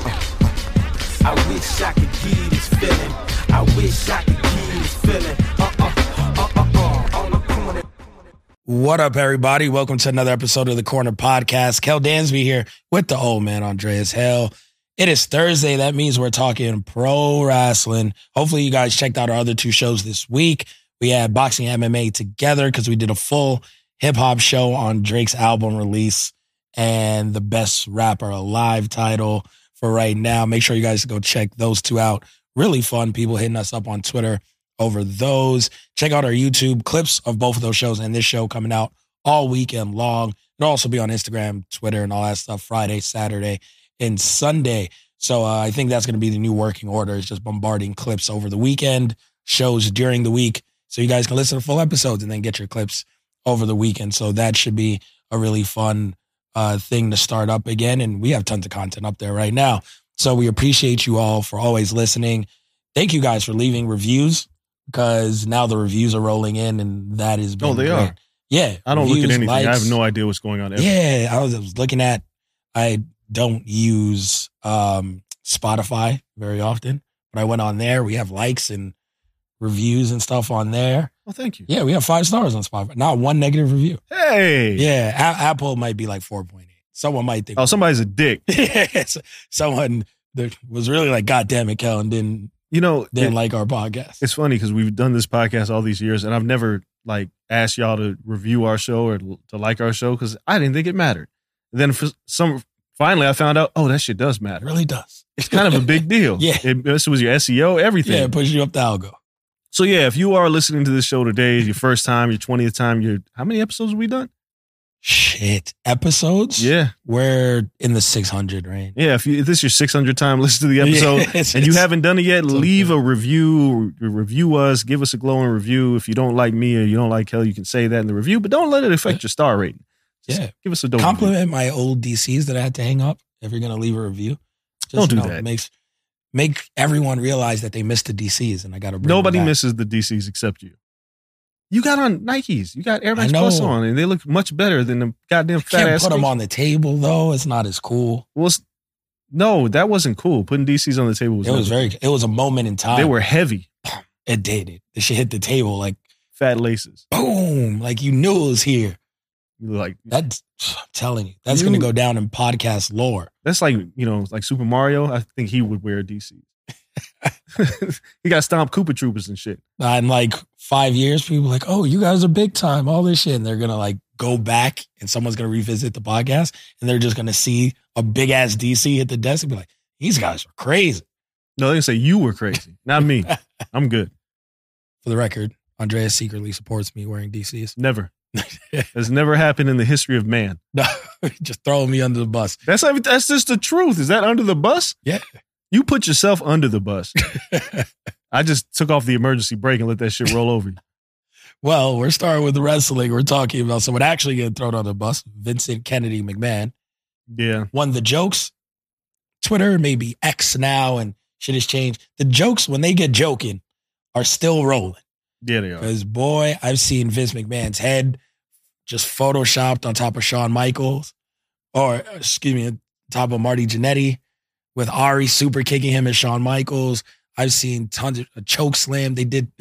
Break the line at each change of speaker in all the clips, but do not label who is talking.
I wish I could give you this feeling. I wish I could give you this feeling. Uh uh uh uh uh. All I'm coming.
What up, everybody? Welcome to another episode of the Corner Podcast. Kel Dansby here with the old man Andreas Hell. It is Thursday. That means we're talking pro wrestling. Hopefully, you guys checked out our other two shows this week. We had boxing and MMA together because we did a full hip hop show on Drake's album release and the best rapper alive title for right now. Make sure you guys go check those two out. Really fun people hitting us up on Twitter over those. Check out our YouTube clips of both of those shows and this show coming out all weekend long. It'll also be on Instagram, Twitter, and all that stuff Friday, Saturday, and Sunday. So uh, I think that's going to be the new working order. It's just bombarding clips over the weekend, shows during the week, so you guys can listen to full episodes and then get your clips over the weekend. So that should be a really fun uh, thing to start up again. And we have tons of content up there right now. So we appreciate you all for always listening. Thank you guys for leaving reviews because now the reviews are rolling in, and that is
Oh, they are.
Yeah,
I don't look
reviews,
at anything. I
likes.
have no idea what's going on.
Yeah, I was, I was looking at. I don't use um, Spotify very often, but I went on there. We have likes and reviews and stuff on there.
Well, Oh, thank you.
Yeah, we have five stars on Spotify. Not one negative review.
Hey.
Yeah, A- Apple might be like four point eight. Someone might think.
Oh, somebody's a dick.
Yes. Someone that was really like, "God damn it, Kel," and didn't
You know,
didn't
it-
like our podcast.
it's funny because we've done this podcast all these years, and I've never like asked y'all to review our show or l- to like our show because I didn't think it mattered. And then for some, finally, I found out. Oh, that shit does
It
matter.
really does.
It's kind of a big deal.
Yeah.
It, this was your SEO, everything.
Yeah, it pushes you up the algo.
So yeah, if you are listening to this show today, your first time, your twentieth time, your how many episodes have we done?
Shit, episodes.
Yeah,
we're in the six hundred range.
yeah. If, you, if this is your six hundred time, listen to the episode.
Yes,
and you
it's-
haven't done it yet,
it's
leave
okay.
a review. re- Review us. Give us a glowing review. If you don't like me or you don't like Kelly, you can say that in the review, but don't let it affect your star rating. Just
Yeah.
give us a dope review.
compliment my old DCs that I had to hang up if you're gonna leave a review. Just,
Don't do
you know,
that.
Makes make everyone realize that they missed the DCs, and I got to.
Nobody
back.
misses the DCs except you. You got on Nikes. You got Air Max
know.
Plus on, and they look much better than the goddamn fat
Can't
ass.
put them
sneakers.
on the table though. It's not as cool.
Well, it's- no, that wasn't cool. Putting DCs on the table was.
It was
never-
very. It was a moment in time.
They were heavy,
It did it. The shit hit the table like
fat laces.
boom. Like you knew it was here.
You look Like
That's. I'm telling you, that's
You-
gonna go down in podcast lore.
That's like you know, like Super Mario. I think he would wear DCs. he got stomped Koopa Troopers and shit.
Uh, in like five years, people are like, oh, you guys are big time, all this shit. And they're going to like go back and someone's going to revisit the podcast and they're just going to see a big ass DC hit the desk and be like, these guys are crazy.
No, they say you were crazy, not me. I'm good.
For the record, Andreas secretly supports me wearing DCs.
Never. It's never happened in the history of man.
No, just throwing me under the bus.
That's not even- that's just the truth. Is that under the bus?
Yeah.
You put yourself under the bus. I just took off the emergency brake and let that shit roll over you.
Well, we're starting with wrestling. We're talking about someone actually getting thrown under the bus, Vincent Kennedy McMahon.
Yeah.
one the jokes twitter maybe x now and shit has changed the jokes when they get joking are still rolling
Yeah, they are.
because boy i've seen vince mcmahon's head just photoshopped on top of Shawn michaels or excuse me, on top of Marty Jannetty with Ari super kicking him and Shawn Michaels. I've seen tons of a choke slam. They did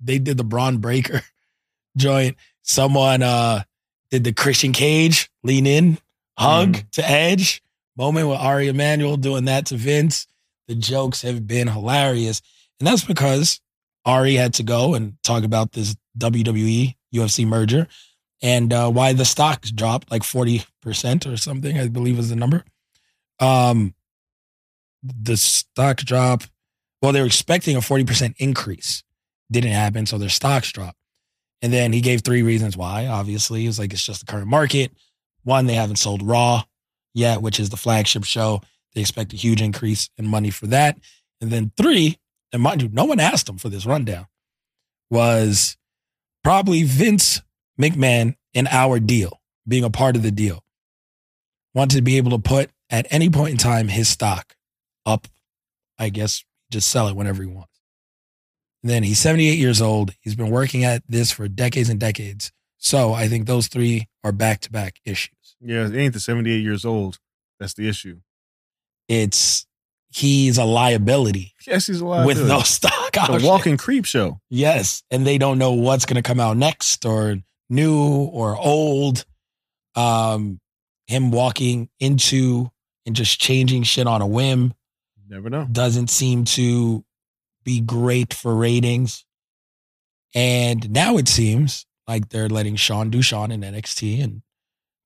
they did the Braun Breaker joint. Someone uh did the Christian Cage lean in hug to Edge moment with Ari Emanuel doing that to Vince. The jokes have been hilarious, and that's because Ari had to go and talk about this E WWE UFC merger and uh, why the stocks dropped like 40% or something, I believe was the number. Um, the stock drop, well, they were expecting a 40% increase. Didn't happen, so their stocks dropped. And then he gave three reasons why. Obviously, he was like, it's just the current market. One, they haven't sold Raw yet, which is the flagship show. They expect a huge increase in money for that. And then three, and mind you, no one asked him for this rundown, was probably Vince McMahon in our deal, being a part of the deal, wanted to be able to put at any point in time his stock up, I guess, just sell it whenever he wants. And then he's 78 years old. He's been working at this for decades and decades. So I think those three are back to back issues.
Yeah, it ain't the 78 years old. That's the issue.
It's he's a liability
Yes, he's alive.
with no Oh, stock
the
options.
walking creep show.
Yes, and they don't know what's going to come out next or new or old. Um, him walking into and just changing shit on a whim
Never know.
doesn't seem to be great for ratings. And now it seems like they're letting Sean do Sean in NXT and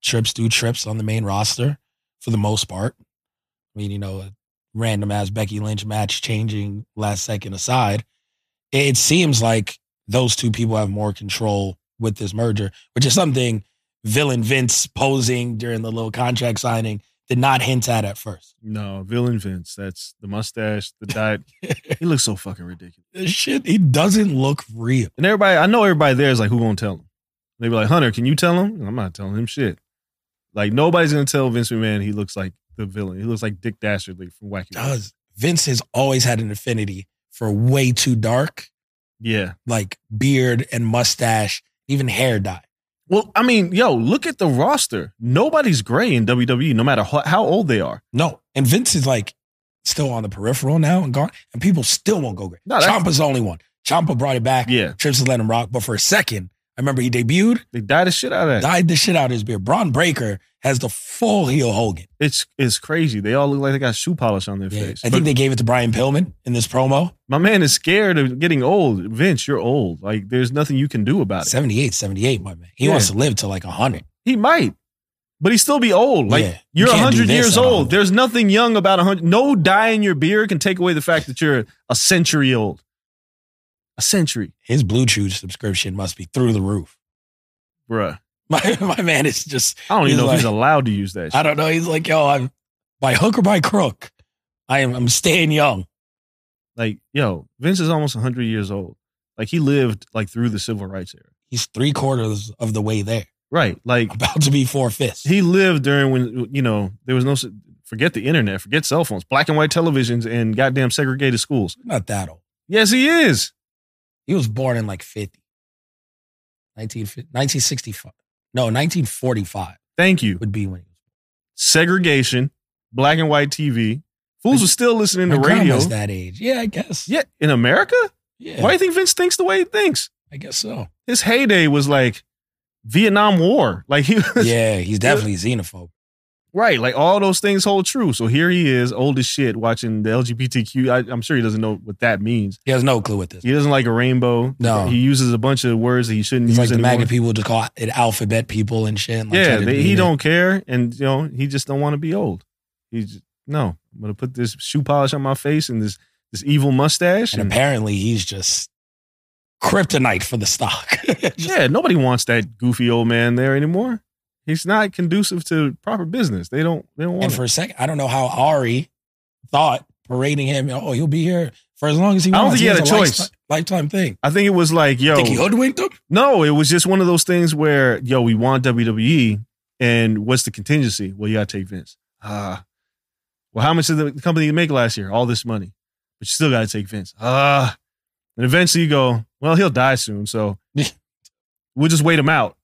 trips do trips on the main roster for the most part. I mean, you know, a random ass Becky Lynch match changing last second aside. It seems like those two people have more control with this merger, which is something villain Vince posing during the little contract signing did not hint at at first.
No, villain Vince. That's the mustache, the diet. he looks so fucking ridiculous.
This shit, it doesn't look real.
And everybody, I know everybody there is like, who gonna tell him? They be like, Hunter, can you tell him? I'm not telling him shit. Like nobody's gonna tell Vince McMahon he looks like the villain. He looks like Dick Dastardly from Wacky. Races.
does. Vince has always had an affinity for way too dark,
Yeah.
like beard and mustache, even hair dye.
Well, I mean, yo, look at the roster. Nobody's gray in WWE, no matter how, how old they are.
No, and Vince is like still on the peripheral now and gone, and people still won't go great.
No, that's-
Champa's the only one. Champa brought it back.
Yeah.
Trips has let him rock, but for a second, I remember he debuted,
They dye the shit out of that.
dyed the shit out of his beard. Braun Breaker has the full heel Hogan.
It's it's crazy. They all look like they got shoe polish on their
Yeah.
face.
I
But
think they gave it to Brian Pillman in this promo.
my man is scared of getting old. Vince, you're old. Like there's nothing you can do about it.
78, 78, my man. He
Yeah.
wants to live to like 100.
He might, but he still be old. Like
Yeah. You
you're
can't do
hundred
this
years
at
old.
all.
There's nothing young about hundred. No dye in your beard can take away the fact that you're a century old. A century,
His Blue Chew subscription must be through the roof.
bruh.
My, my man is just
I don't even
He's
know
like-
if he's allowed to use that. Shit.
I don't know. He's like, yo, I'm by hook or by crook, I am I'm staying young.
Like yo, Vince is almost hundred years old. Like he lived like through the civil rights era.
He's three quarters of the way there,
Right. Like
about to be four fifths.
he lived during when you know there was no s- forget the internet, forget cell phones, black and white televisions, and goddamn segregated schools.
Not that old.
Yes, he is.
He was born in like 50, 1950 1965. No, 1945
Thank you.
would be when he was.
segregation, black and white TV. Fools were still listening to
My grandma's
radio.
that age. Yeah, I guess.
Yeah, in America?
yeah
Why do you think Vince thinks the way he thinks?
I guess so.
His heyday was like Vietnam War. Like he was
Yeah, he's definitely xenophobe.
right, like all those things hold true. So here he is, old as shit, watching the LGBTQ. I, I'm sure he doesn't know what that means.
He has no clue what this.
He doesn't like a rainbow.
No.
He uses a bunch of words that he shouldn't
He's
use
like the
anymore.
MAGA people just call it alphabet people and shit. and, like,
yeah,
try to
they,
demean
he
it.
don't care, and you know he just don't want to be old. He's just, no. I'm gonna put this shoe polish on my face and this this evil mustache.
And
and-
apparently he's just kryptonite for the stock. Just-
yeah, nobody wants that goofy old man there anymore. He's not conducive to proper business. They don't. They don't want.
And
him.
for a second, I don't know how Ari thought parading him, oh, he'll be here for as long as he
I don't
wants.
think he had
has
a choice.
lifetime, lifetime thing.
I think it was like, yo,
Think he hoodwinked him?
no, it was just one of those things where, yo, we want WWE, and what's the contingency? Well, you gotta take Vince. Ah, well, how much did the company make last year? All this money, but you still gotta take Vince. Ah, and eventually you go, well, he'll die soon, so we'll just wait him out.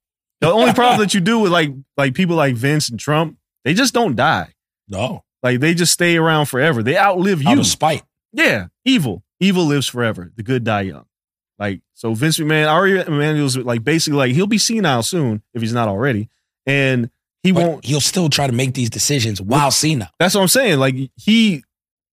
The only problem that you do with like like people like Vince and Trump They just don't die.
No,
Like they just stay around forever. They outlive you.
out of spite.
Yeah, evil. Evil lives forever. The good die young. Like so, Vince McMahon. Ari Emanuel's like basically like he'll be senile soon if he's not already, and he
But
won't.
He'll still try to make these decisions while Cena.
That's what I'm saying. Like he,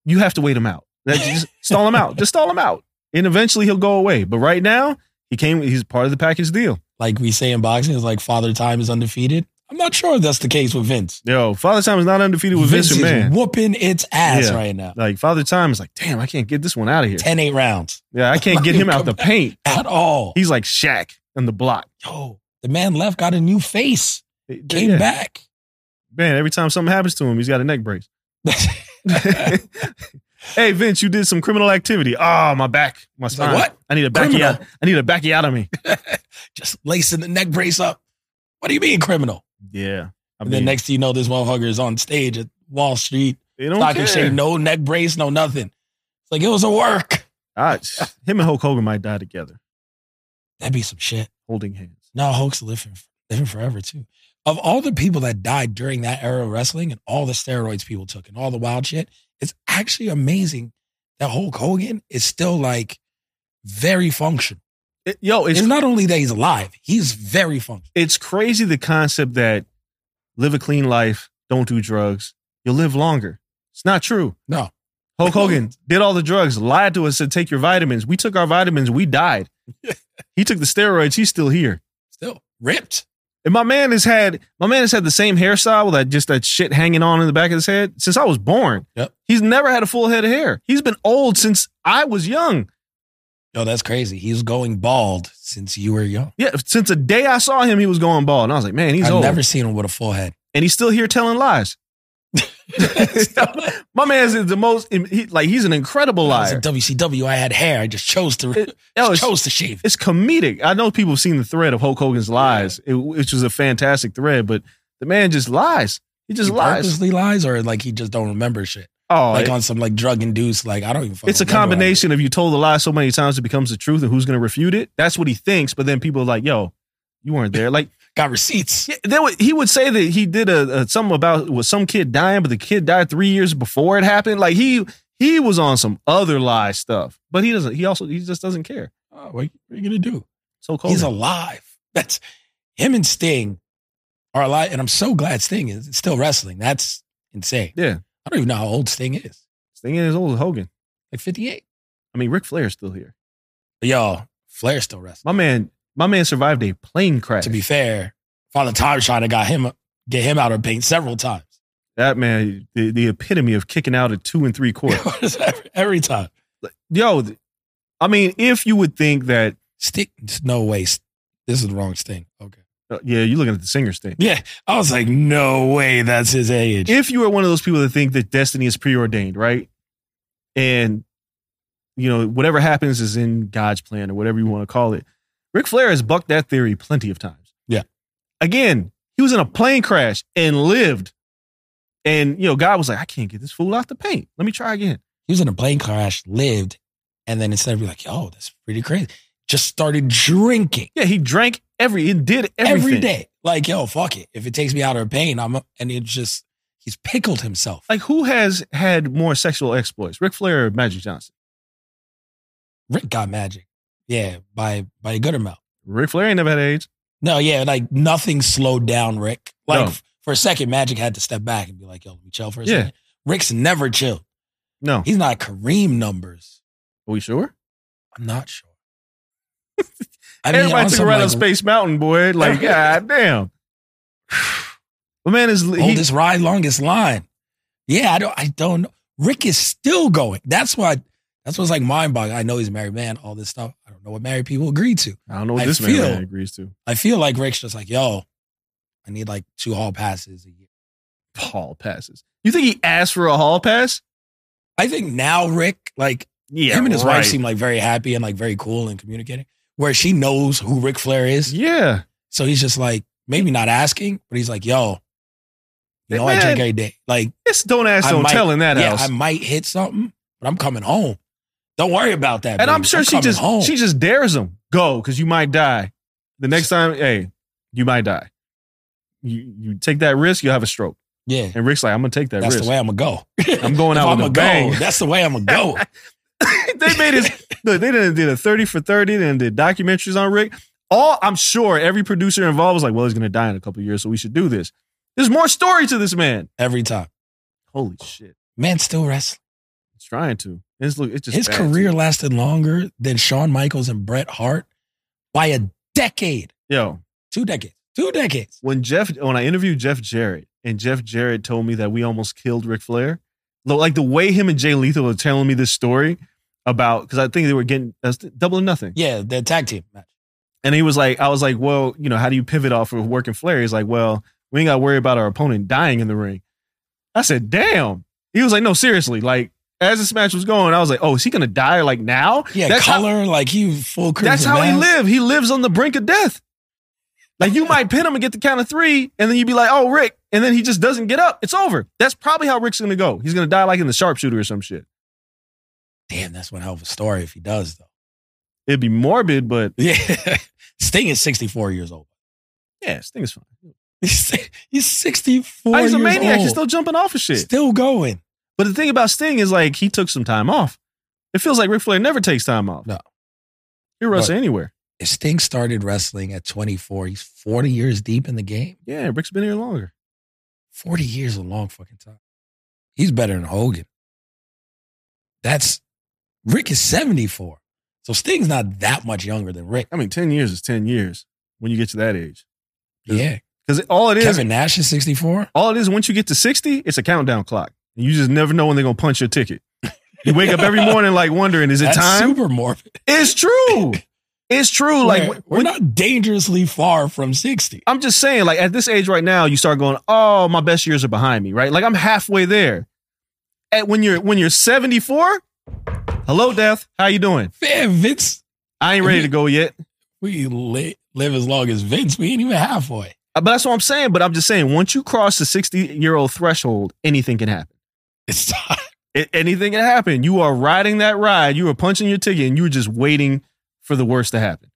you have to wait him out. That- just stall him out. Just stall him out, and eventually he'll go away. But right now he came. He's part of the package deal.
Like we say in boxing, it's like father time is undefeated. I'm not sure if that's the case with Vince.
Yo, Father Time is not undefeated with Vince,
is
McMahon.
whooping its ass
Yeah.
right now.
Like Father Time is like, damn, I can't get this one out of here.
10 8 rounds
Yeah, I can't get him out the paint.
at all.
He's like Shaq on the block.
Yo, the man left, got a new face, came
Yeah.
back.
Man, every time something happens to him, he's got a neck brace. hey Vince, you did some criminal activity. Ah, my back, my
He's like,
spine.
"What?
I need a backy
Criminal?"
out. I need a backy out of me.
Just lacing the neck brace up. What do you mean, criminal?
Yeah. I
and then next thing you know, this motherfucker is on stage at Wall Street,
they don't
stock
care.
exchange, no neck brace, no nothing. It's like, it was a work.
Ah, sh- him and Hulk Hogan might die together,
That'd be some shit.
holding hands.
No, Hulk's living living forever too. Of all the people that died during that era of wrestling and all the steroids people took and all the wild shit, it's actually amazing that Hulk Hogan is still like very functional.
It- yo,
It's,
it's
not only that he's alive, he's very functional.
it's crazy the concept that live a clean life, don't do drugs, you'll live longer. It's not true.
No.
Hulk Hogan did all the drugs, lied to us, said take your vitamins. We took our vitamins, we died. he took the steroids, he's still here.
Still ripped.
And my man has had my man has had the same hairstyle with that just that shit hanging on in the back of his head since I was born.
Yep.
He's never had a full head of hair. He's been old since I was young.
Yo, that's crazy. He was going bald since you were young.
Yeah, since the day I saw him, he was going bald, and I was like, man, he's
I've
old,
never seen him with a full head.
and he's still here telling lies.
That
My man's is the most he, like he's an incredible
was
liar.
at WCW. I had hair. I just chose to
It- Yo, it's,
chose to shave.
it's comedic. I know people have seen the thread of Hulk Hogan's lies, it- which was a fantastic thread, but the man just lies. He just
he
lies.
purposely lies or like he just don't remember shit.
oh,
like
it-
on some like drug induced, like I don't even. fucking
it's a
remember
combination of you told a lie so many times it becomes the truth, and who's going to refute it? That's what he thinks. But then people are like, "Yo, you weren't there." Like
how it- Got receipts.
yeah, there was, he would say that he did a, a something about was some kid dying, but the kid died three years before it happened. Like he he was on some other lie stuff, but he doesn't. He also he just doesn't care.
Oh, what, what are you gonna do?
So cold.
He's alive. That's him and Sting are alive, and I'm so glad Sting is still wrestling. That's insane.
yeah,
I don't even know how old Sting is.
Sting is old as Hogan.
Like 58.
I mean, Ric Flair's still here.
But y'all, Flair's still wrestling.
My man, my man survived a plane crash.
To be fair, Father Time trying to got him get him out of paint several times.
that man, the, the epitome of kicking out at two and three quarters.
every, every time.
Yo, th- I mean, if you would think that
Stick. No way. This is the wrong Sting. Okay.
Uh, yeah, you're looking at the singer's thing.
Yeah, I was like, no way, that's his age.
If you are one of those people that think that destiny is preordained, right? And you know, whatever happens is in God's plan or whatever you want to call it. Ric Flair has bucked that theory plenty of times.
Yeah.
Again, he was in a plane crash and lived. And you know, God was like, I can't get this fool out the paint. Let me try again.
he was in a plane crash, lived, and then instead of be like, yo, that's pretty crazy, just started drinking
Yeah, he drank every he did everything.
every day. Like, yo, fuck it. If it takes me out of pain, I'm and it just he's pickled himself.
Like who has had more sexual exploits? Ric Flair or Magic Johnson?
Rick got magic. Yeah, by by a good amount.
Ric Flair ain't never had AIDS.
No, yeah, like nothing slowed down Rick. Like
No.
for a second, Magic had to step back and be like, yo, let me chill for a
Yeah.
second. Rick's never chilled.
No. Are
He's not Kareem numbers.
we sure?
I'm not sure. I
Everybody
on
took a
some,
ride on
like,
Space Mountain, boy. Like, god damn. My man is he,
oldest ride, longest line. Yeah, I don't, I don't know. Rick is still going. That's why. That's what's like mind boggling. I know he's a married man. All this stuff. I don't know what married people agree to.
I don't know what
I
this
feel-
man agrees to.
I feel like Rick's just like, yo, I need like two hall passes a year.
Hall passes. You think he asked for a hall pass?
I think now Rick, like
Yeah,
him and his
right.
wife, seem like very happy and like very cool and communicating. Where she knows who Ric Flair is,
Yeah,
so he's just like maybe not asking, but he's like, yo,
Hey,
you know, I
man.
drink every day. Like
it's don't ask,
I
don't
might-
tell in that
yeah,
house.
I might hit something, but I'm coming home. Don't worry about that.
and I'm
baby.
sure she
coming
just
home.
she just dares him go because you might die. The next time, hey, you might die. You you take that risk, you'll have a stroke.
Yeah.
And Rick's like, I'm gonna take that
That's
risk.
the way I'm gonna go.
I'm going
If
out
I'm
with a
a
bang.
go. That's the way I'm gonna go.
they made his look. They didn't did a thirty for thirty. They done did documentaries on Rick. All I'm sure every producer involved was like, "Well, he's gonna die in a couple of years, so we should do this." There's more story to this man.
Every time.
Holy shit!
Man still wrestling.
He's trying to. It's look. It's just
His
bad,
career
too.
lasted longer than Shawn Michaels and Bret Hart by a decade.
Yo,
Two decades. Two decades.
when Jeff, when I interviewed Jeff Jarrett, and Jeff Jarrett told me that we almost killed Ric Flair, lo- like the way him and Jay Lethal were telling me this story about, because I think they were getting that's double or nothing.
Yeah, the tag team match.
And he was like, I was like, well, you know, how do you pivot off of working Flair? He's like, well, we ain't got to worry about our opponent dying in the ring. I said, damn. He was like, no, seriously. Like, as this match was going, I was like, oh, is he going to die like now?
Yeah,
That's how-
color, like he full crimson.
that's how he
mask.
live. He lives on the brink of death. Like you might pin him and get the count of three, and then you'd be like, "Oh, Rick," and then he just doesn't get up. It's over. That's probably how Rick's gonna go. He's gonna die like in the sharpshooter or some shit.
Damn, that's one hell of a story if he does though.
It'd be morbid, but
Yeah. Sting is 64 years old.
yeah, this thing is fine.
He's 64
He's a
years
maniac.
old.
He's still jumping off of shit.
Still going.
But the thing about Sting is like he took some time off. It feels like Ric Flair never takes time off.
No.
he wrestles anywhere.
If Sting started wrestling at 24, he's 40 years deep in the game.
Yeah, Rick's been here longer.
40 years is a long fucking time. He's better than Hogan. That's Rick is 74. So Sting's not that much younger than Rick.
I mean, ten years is ten years when you get to that age.
Yeah.
Because all it is,
Kevin Nash is 64.
all it is. Once you get to sixty, it's a countdown clock. And you just never know when they're gonna punch your ticket. You wake up every morning like wondering, is it
That's
time?
super morbid.
it's true. It's true.
Like
Like
we're,
when- Uh,
not dangerously far from 60.
I'm just saying, like at this age right now, you start going, "Oh, my best years are behind me," right? Like I'm halfway there. At when you're when you're 74, hello, death. How you doing?
Man, Vince,
I ain't ready to go yet.
we li- live as long as Vince. We ain't even halfway.
Uh, But that's what I'm saying. But I'm just saying, once you cross the 60 year old threshold, anything can happen.
It's time.
It, anything can happen. You are riding that ride. You are punching your ticket, and you were just waiting for the worst to happen.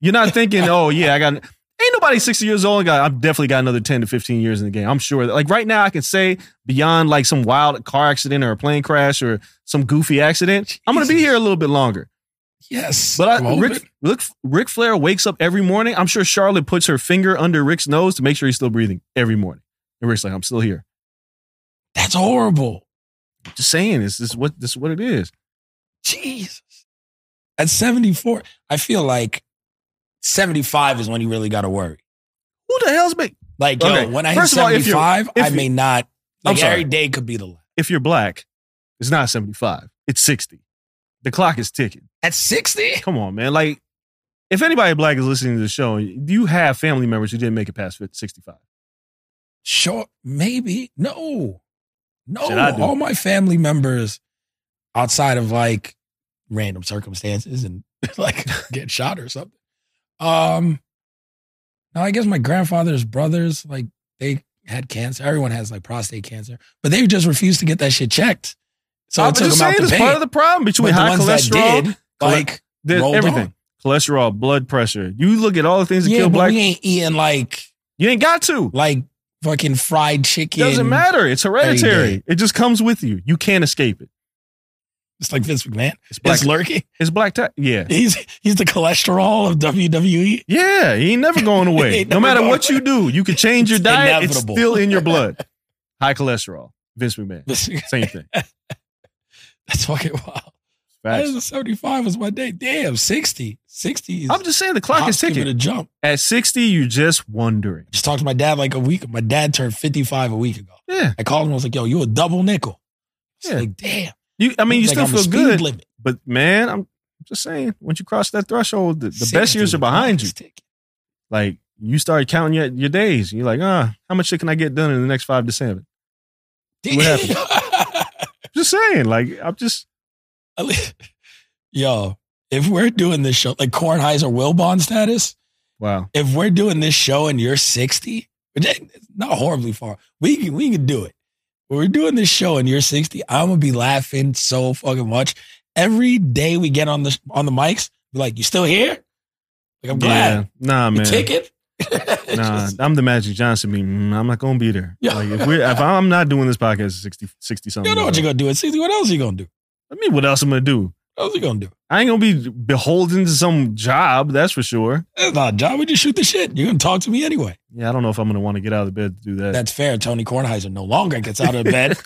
You're not thinking, "Oh yeah, I got." Ain't nobody 60 years old. and Got I've definitely got another 10 to 15 years in the game. I'm sure. That, like right now, I can say beyond like some wild car accident or a plane crash or some goofy accident, I'm gonna be
Jesus.
here a little bit longer.
Yes.
But I,
Well,
Rick, Rick, Rick Flair wakes up every morning. I'm sure Charlotte puts her finger under Rick's nose to make sure he's still breathing every morning. And Rick's like, "I'm still here."
that's horrible.
Just saying, this is what this is what it is.
Jesus. At 74, I feel like 75 is when you really got to worry.
Who the hell's been?
Like,
Okay.
yo, when I hit
First of all, if you're-
75,
if
I may
you-
not,
I'm
like,
sorry.
every day could be the last.
if you're black, it's not 75, it's 60. The clock is ticking.
At 60?
Come on, man. Like, if anybody black is listening to the show, you have family members who didn't make it past 50, 65.
Sure, maybe. No. No.
Shit, I do.
All my family members outside of like random circumstances and like get shot or something. Um, now I guess my grandfather's brothers, like they had cancer. Everyone has like prostate cancer, but they just refused to get that shit checked. So
I'm
it took
just
them out
saying
the
it's
pain.
part of the problem
But
between
the
high
ones that
cholesterol,
did,
cole-
like
there's
rolled
everything.
on.
Cholesterol, blood pressure. You look at all the things that
yeah,
kill
but
black.
we ain't eating like
you ain't got to.
like fucking fried chicken.
Doesn't matter. It's hereditary.
day.
It just comes with you. You can't escape it.
It's like Vince McMahon.
It's black.
It's lurking.
It's black. Ta- yeah.
He's he's the cholesterol of E. WWE.
Yeah, he ain't never going away.
ain't
no
never
matter
going
what you do, you can change your
It's
diet.
inevitable.
It's still in your blood. High cholesterol. Vince McMahon. Same thing.
That's fucking wild. I
Facts.
was 75 was my day. Damn, 60. 60 is
I'm just saying the clock is
give it a
ticking.
jump.
At 60, you just wondering.
Just talked to my dad like a week. My dad turned 55 a week ago.
Yeah.
I called him. I was like, yo, you a double nickel. It's
Yeah.
like, damn.
You I mean you
It's
still
like on the
feel
speed
good.
limit.
But man, I'm just saying, once you cross that threshold, the, the
60,
best years are
the
behind
clock
you.
is ticking.
Like you start counting your, your days. You're like, ah, how much shit can I get done in the next five to seven? What Just saying. Like I'm just
At least- yo, if we're doing this show, like Kornheiser Wilbon status,
wow.
if we're doing this show and you're 60, which ain't- it's not horribly far, we can, we can do it. When we're doing this show and you're 60, I'm gonna be laughing so fucking much. Every day we get on the on the mics, be like, you still here? Like I'm glad.
Yeah. Nah,
You
man.
ticket?
Nah, I'm the Magic Johnson meme. Mm, I'm not gonna be there.
Yeah.
Like if we're if I'm not doing this podcast at 60, 60 something.
you know what you're gonna do at 60. What else you gonna do?
I mean, what else I'm gonna do?
What else you gonna do?
I ain't gonna be beholden to some job, that's for sure.
It's not a job. We just shoot the shit. You're gonna talk to me anyway.
Yeah, I don't know if I'm gonna want to get out of bed to do that.
That's fair. Tony Kornheiser no longer gets out of bed.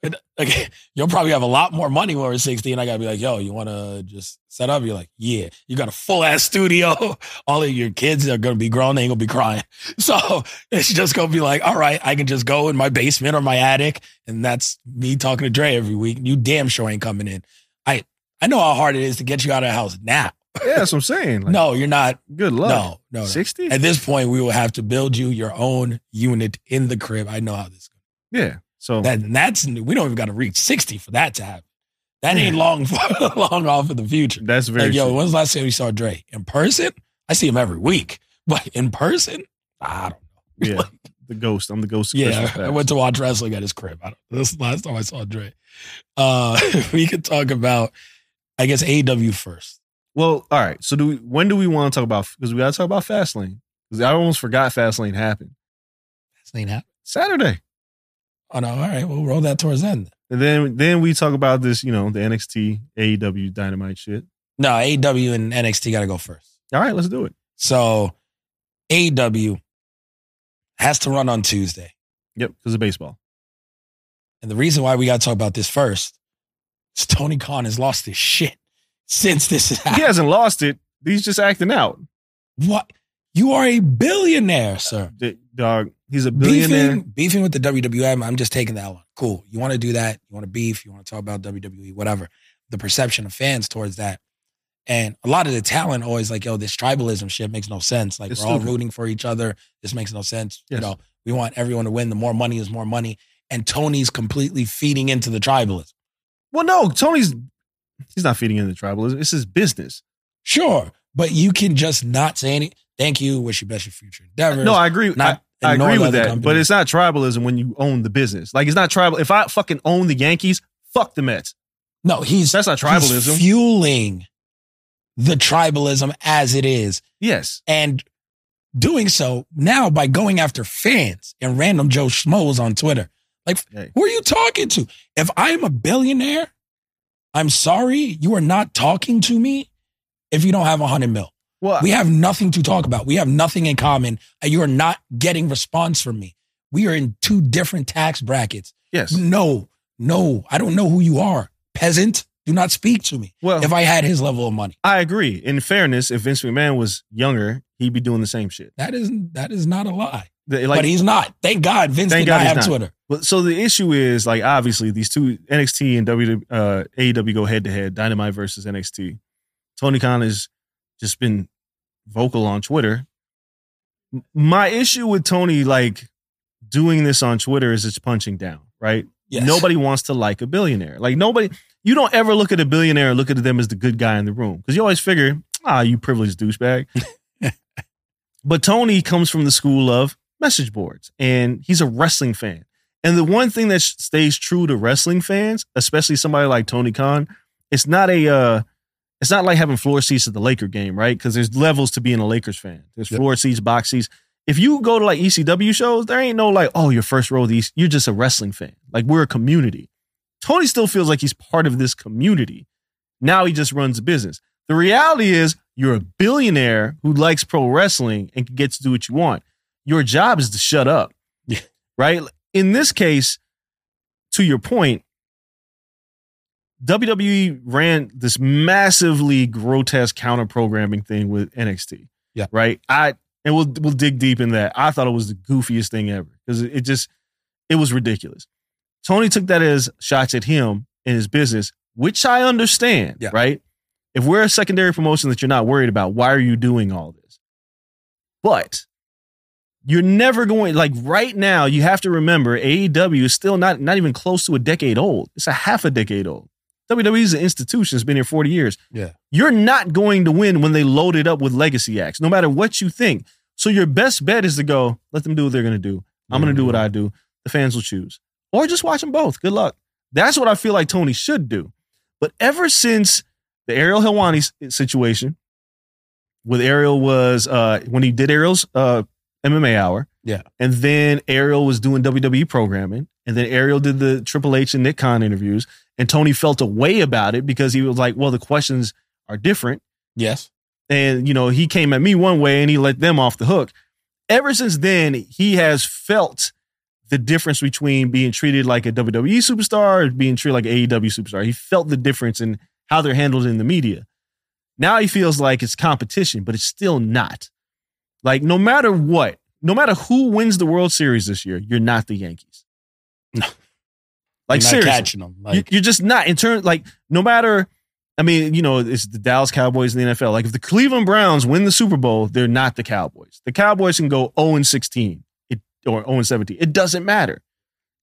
And, like, you'll probably have a lot more money when we're 60. And I gotta be like, yo, you wanna just set up? You're like, yeah. You got a full ass studio. All of your kids are gonna be grown. They ain't gonna be crying. So it's just gonna be like, all right, I can just go in my basement or my attic, and that's me talking to Dre every week. You damn sure ain't coming in. I I know how hard it is to get you out of the house now.
yeah, that's what I'm saying. Like,
no, you're not.
Good luck.
No, no, no.
60?
At this point, we will have to build you your own unit in the crib. I know how this
Yeah. So
goes. That, and that's we don't even got to reach sixty for that to happen. That ain't long long off in the future.
that's very
Like, yo,
true.
when's the last time we saw Dre in person? I see him every week, but in person, I don't.
yeah. The ghost. I'm the ghost. of
Yeah,
Christmas
I
past.
went to watch wrestling at his crib. I don't, this is the last time I saw Dre. Uh, we could talk about, I guess, AW first.
Well, all right. So do we, when do we want to talk about? Because we got to talk about Fastlane. Because I almost forgot Fastlane happened
That's ain't happening.
Saturday.
Oh no! All right, we'll roll that towards the end.
And then then we talk about this, you know, the NXT AEW E Dynamite shit.
No, AW and NXT got to go first.
All right, let's do it.
So AW has to run on Tuesday.
Yep, because of baseball.
And the reason why we got to talk about this first is Tony Khan has lost his shit since this has
He
happened.
hasn't lost it. He's just acting out.
What? You are a billionaire, sir.
D- dog, he's a billionaire.
Beefing, beefing with the WWM, I'm just taking that one. Cool. You want to do that? You want to beef? You want to talk about WWE? Whatever. The perception of fans towards that. And a lot of the talent always like, yo, this tribalism shit makes no sense. Like,
It's
we're all
stupid.
rooting for each other. This makes no sense.
Yes.
You know, we want everyone to win. The more money is more money. And Tony's completely feeding into the tribalism.
Well, no, Tony's he's not feeding into tribalism. It's his business.
Sure. But you can just not say any, thank you, wish you best your future endeavors.
No, I agree.
Not
I, I
ignore
agree with
other
that. But
companies.
it's not tribalism when you own the business. Like it's not tribal. If I fucking own the Yankees, fuck the Mets.
no, he's,
That's not
he's
tribalism.
fueling the tribalism as it is.
yes.
and doing so now by going after fans and random Joe Schmoes on Twitter. Like,
Hey.
who are you talking to? If I am a billionaire, I'm sorry, you are not talking to me if you don't have a hundred mil.
Well,
We have nothing to talk about. We have nothing in common. and You are not getting response from me. We are in two different tax brackets.
yes.
No, no, I don't know who you are. Peasant, do not speak to me.
Well,
If I had his level of money,
I agree. In fairness, if Vince McMahon was younger, he'd be doing the same shit.
that is that is not a lie.
The- Like,
but he's not. Thank God Vince
Thank
did
God
not
he's
have
not.
Twitter.
but- so the issue is like obviously these two NXT and W uh, AEW go head to head, Dynamite versus NXT. Tony Khan has just been vocal on Twitter. M- My issue with Tony like doing this on Twitter is it's punching down, right?
Yes.
Nobody wants to like a billionaire. Like nobody, you don't ever look at a billionaire and look at them as the good guy in the room because you always figure, ah, you privileged douchebag. but Tony comes from the school of message boards, and he's a wrestling fan. And the one thing that sh- stays true to wrestling fans, especially somebody like Tony Khan, it's not a, uh, it's not like having floor seats at the Laker game, right? Because there's levels to being a Lakers fan. There's
Yep.
floor seats, box seats if you go to like ECW shows, there ain't no like, oh, your first row of these. You're just a wrestling fan. Like we're a community. Tony still feels like he's part of this community. Now he just runs a business. The reality is you're a billionaire who likes pro wrestling and gets to do what you want. Your job is to shut up.
Yeah.
Right? In this case, to your point, WWE ran this massively grotesque counter programming thing with NXT.
Yeah.
Right. I and we'll we'll dig deep in that. I thought it was the goofiest thing ever because it, it just it was ridiculous. Tony took that as shots at him and his business, which I understand.
Yeah.
Right. If we're a secondary promotion that you're not worried about, why are you doing all this? But you're never going like right now. You have to remember AEW is still not not even close to a decade old. It's a half a decade old. WWE is an institution. It's been here 40 years.
Yeah.
You're not going to win when they load it up with legacy acts, no matter what you think. So your best bet is to go, let them do what they're going to do. I'm going to do what I do. The fans will choose. Or just watch them both. Good luck. That's what I feel like Tony should do. But ever since the Ariel Helwani s- situation, with Ariel was uh, when he did Ariel's uh, MMA Hour.
Yeah.
And then Ariel was doing WWE programming. And then Ariel did the Triple H and Nick Khan interviews. And Tony felt a way about it because he was like, well, the questions are different.
Yes.
And, you know, he came at me one way and he let them off the hook. Ever since then, he has felt the difference between being treated like a WWE superstar or being treated like an AEW superstar. He felt the difference in how they're handled in the media. Now he feels like it's competition, but it's still not. Like, no matter what, no matter who wins the World Series this year, you're not the Yankees.
No.
Like,
You're not
seriously
catching them. Like,
you, you're just not in turn like no matter I mean, you know, it's the Dallas Cowboys in the NFL. Like if the Cleveland Browns win the Super Bowl, they're not the Cowboys. The Cowboys can go 0 and 16 it, or 0 and 17. It doesn't matter.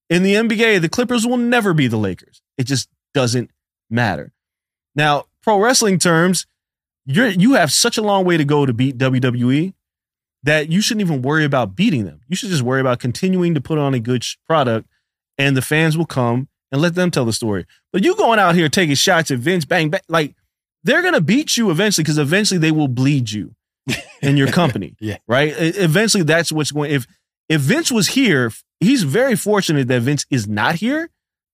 In the NBA, the Clippers will never be the Lakers. It just doesn't matter. Now, pro wrestling terms, you're you have such a long way to go to beat WWE that you shouldn't even worry about beating them. You should just worry about continuing to put on a good sh- product and the fans will come and let them tell the story. But you going out here taking shots at Vince, bang, bang, like they're gonna beat you eventually because eventually they will bleed you and your company.
Yeah.
Right. E- Eventually, that's what's going. If if Vince was here, he's very fortunate that Vince is not here.